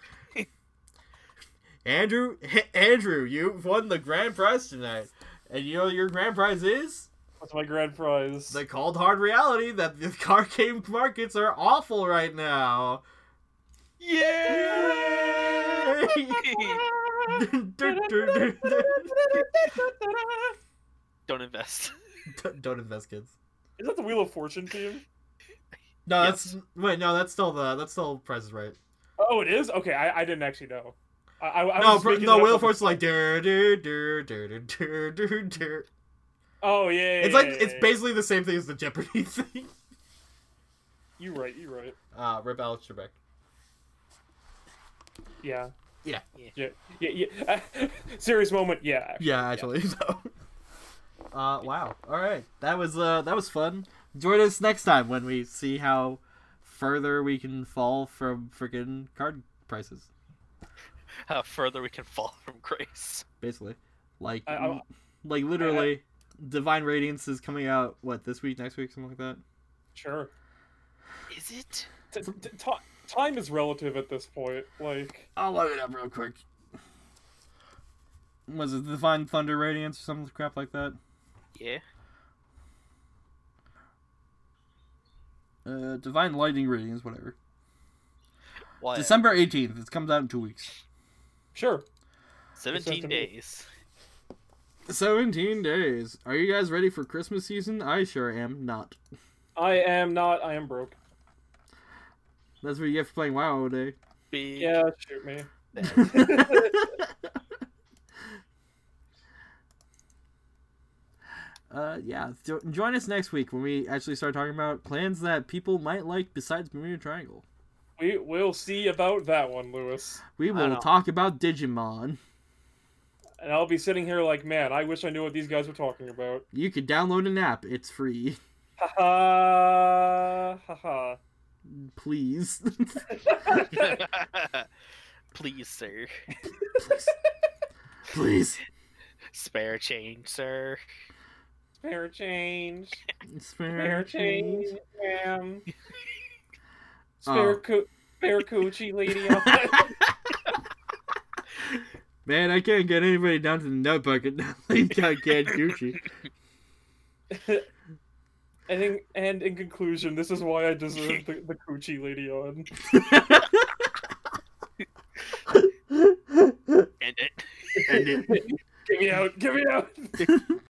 S2: Andrew, Andrew, you won the grand prize tonight, and you know what your grand prize is
S7: What's my grand prize?
S2: the cold hard reality that the card game markets are awful right now. Yay!
S1: Don't invest.
S2: Don't invest, kids.
S7: Is that the Wheel of Fortune team?
S2: No,
S1: Yes.
S2: that's wait. No, that's still the that's still prices right.
S7: Oh, it is. Okay, I, I didn't actually know. I, I, I was
S2: no,
S7: just
S2: pr-
S7: making
S2: no.
S7: it up
S2: Wheel
S7: on-
S2: of Fortune's like dur dur dur dur dur dur dur dur.
S7: Oh yeah, yeah,
S2: It's like
S7: yeah,
S2: it's
S7: yeah,
S2: basically the same thing as the Jeopardy thing.
S7: yeah. You right, you right.
S2: Uh, rip Alex Trebek.
S7: Yeah.
S2: Yeah.
S7: Yeah. Yeah. yeah. Serious moment. Yeah.
S2: Yeah, actually. So. Uh, wow. All right, that was uh, that was fun. Join us next time when we see how further we can fall from freaking card prices,
S1: How further we can fall from grace.
S2: basically. Like,
S7: I- I-
S2: like literally, Divine Radiance is coming out what this week, next week, something like that.
S7: Sure.
S1: Is it?
S7: T- t- ti time is relative at this point. Like,
S2: I'll load it up real quick. Was it Divine Thunder Radiance or some crap like that?
S1: Yeah.
S2: Uh, Divine Lightning Radiance, whatever.
S1: What?
S2: December 18th. It comes out in two weeks.
S7: sure.
S1: 17 days.
S2: 17 days. Are you guys ready for Christmas season? I sure am not.
S7: I am not. I am broke.
S2: That's what you get for playing WoW all day.
S1: Big
S7: Yeah. Shoot me.
S1: day.
S2: uh, yeah. Jo- join us next week when we actually start talking about plans that people might like besides Bermuda Triangle.
S7: We will see about that one, Lewis.
S2: We
S1: I
S2: will
S1: don't-
S2: talk about Digimon.
S7: And I'll be sitting here like, man, I wish I knew what these guys were talking about.
S2: You can download an app. It's free.
S7: Ha ha ha ha.
S2: Please.
S1: Please, sir.
S2: Please.
S1: Spare change, sir.
S7: Fair change.
S2: Spare
S7: Spare change,
S2: change.
S7: ma'am.
S2: Oh.
S7: Spare, coo- spare coochie lady.
S2: Man, I can't get anybody down to the notebook and not leave out Gad Gucci.
S7: and, in, and in conclusion, this is why I deserve the, the coochie lady on.
S1: End it.
S7: Get me out! Get me out!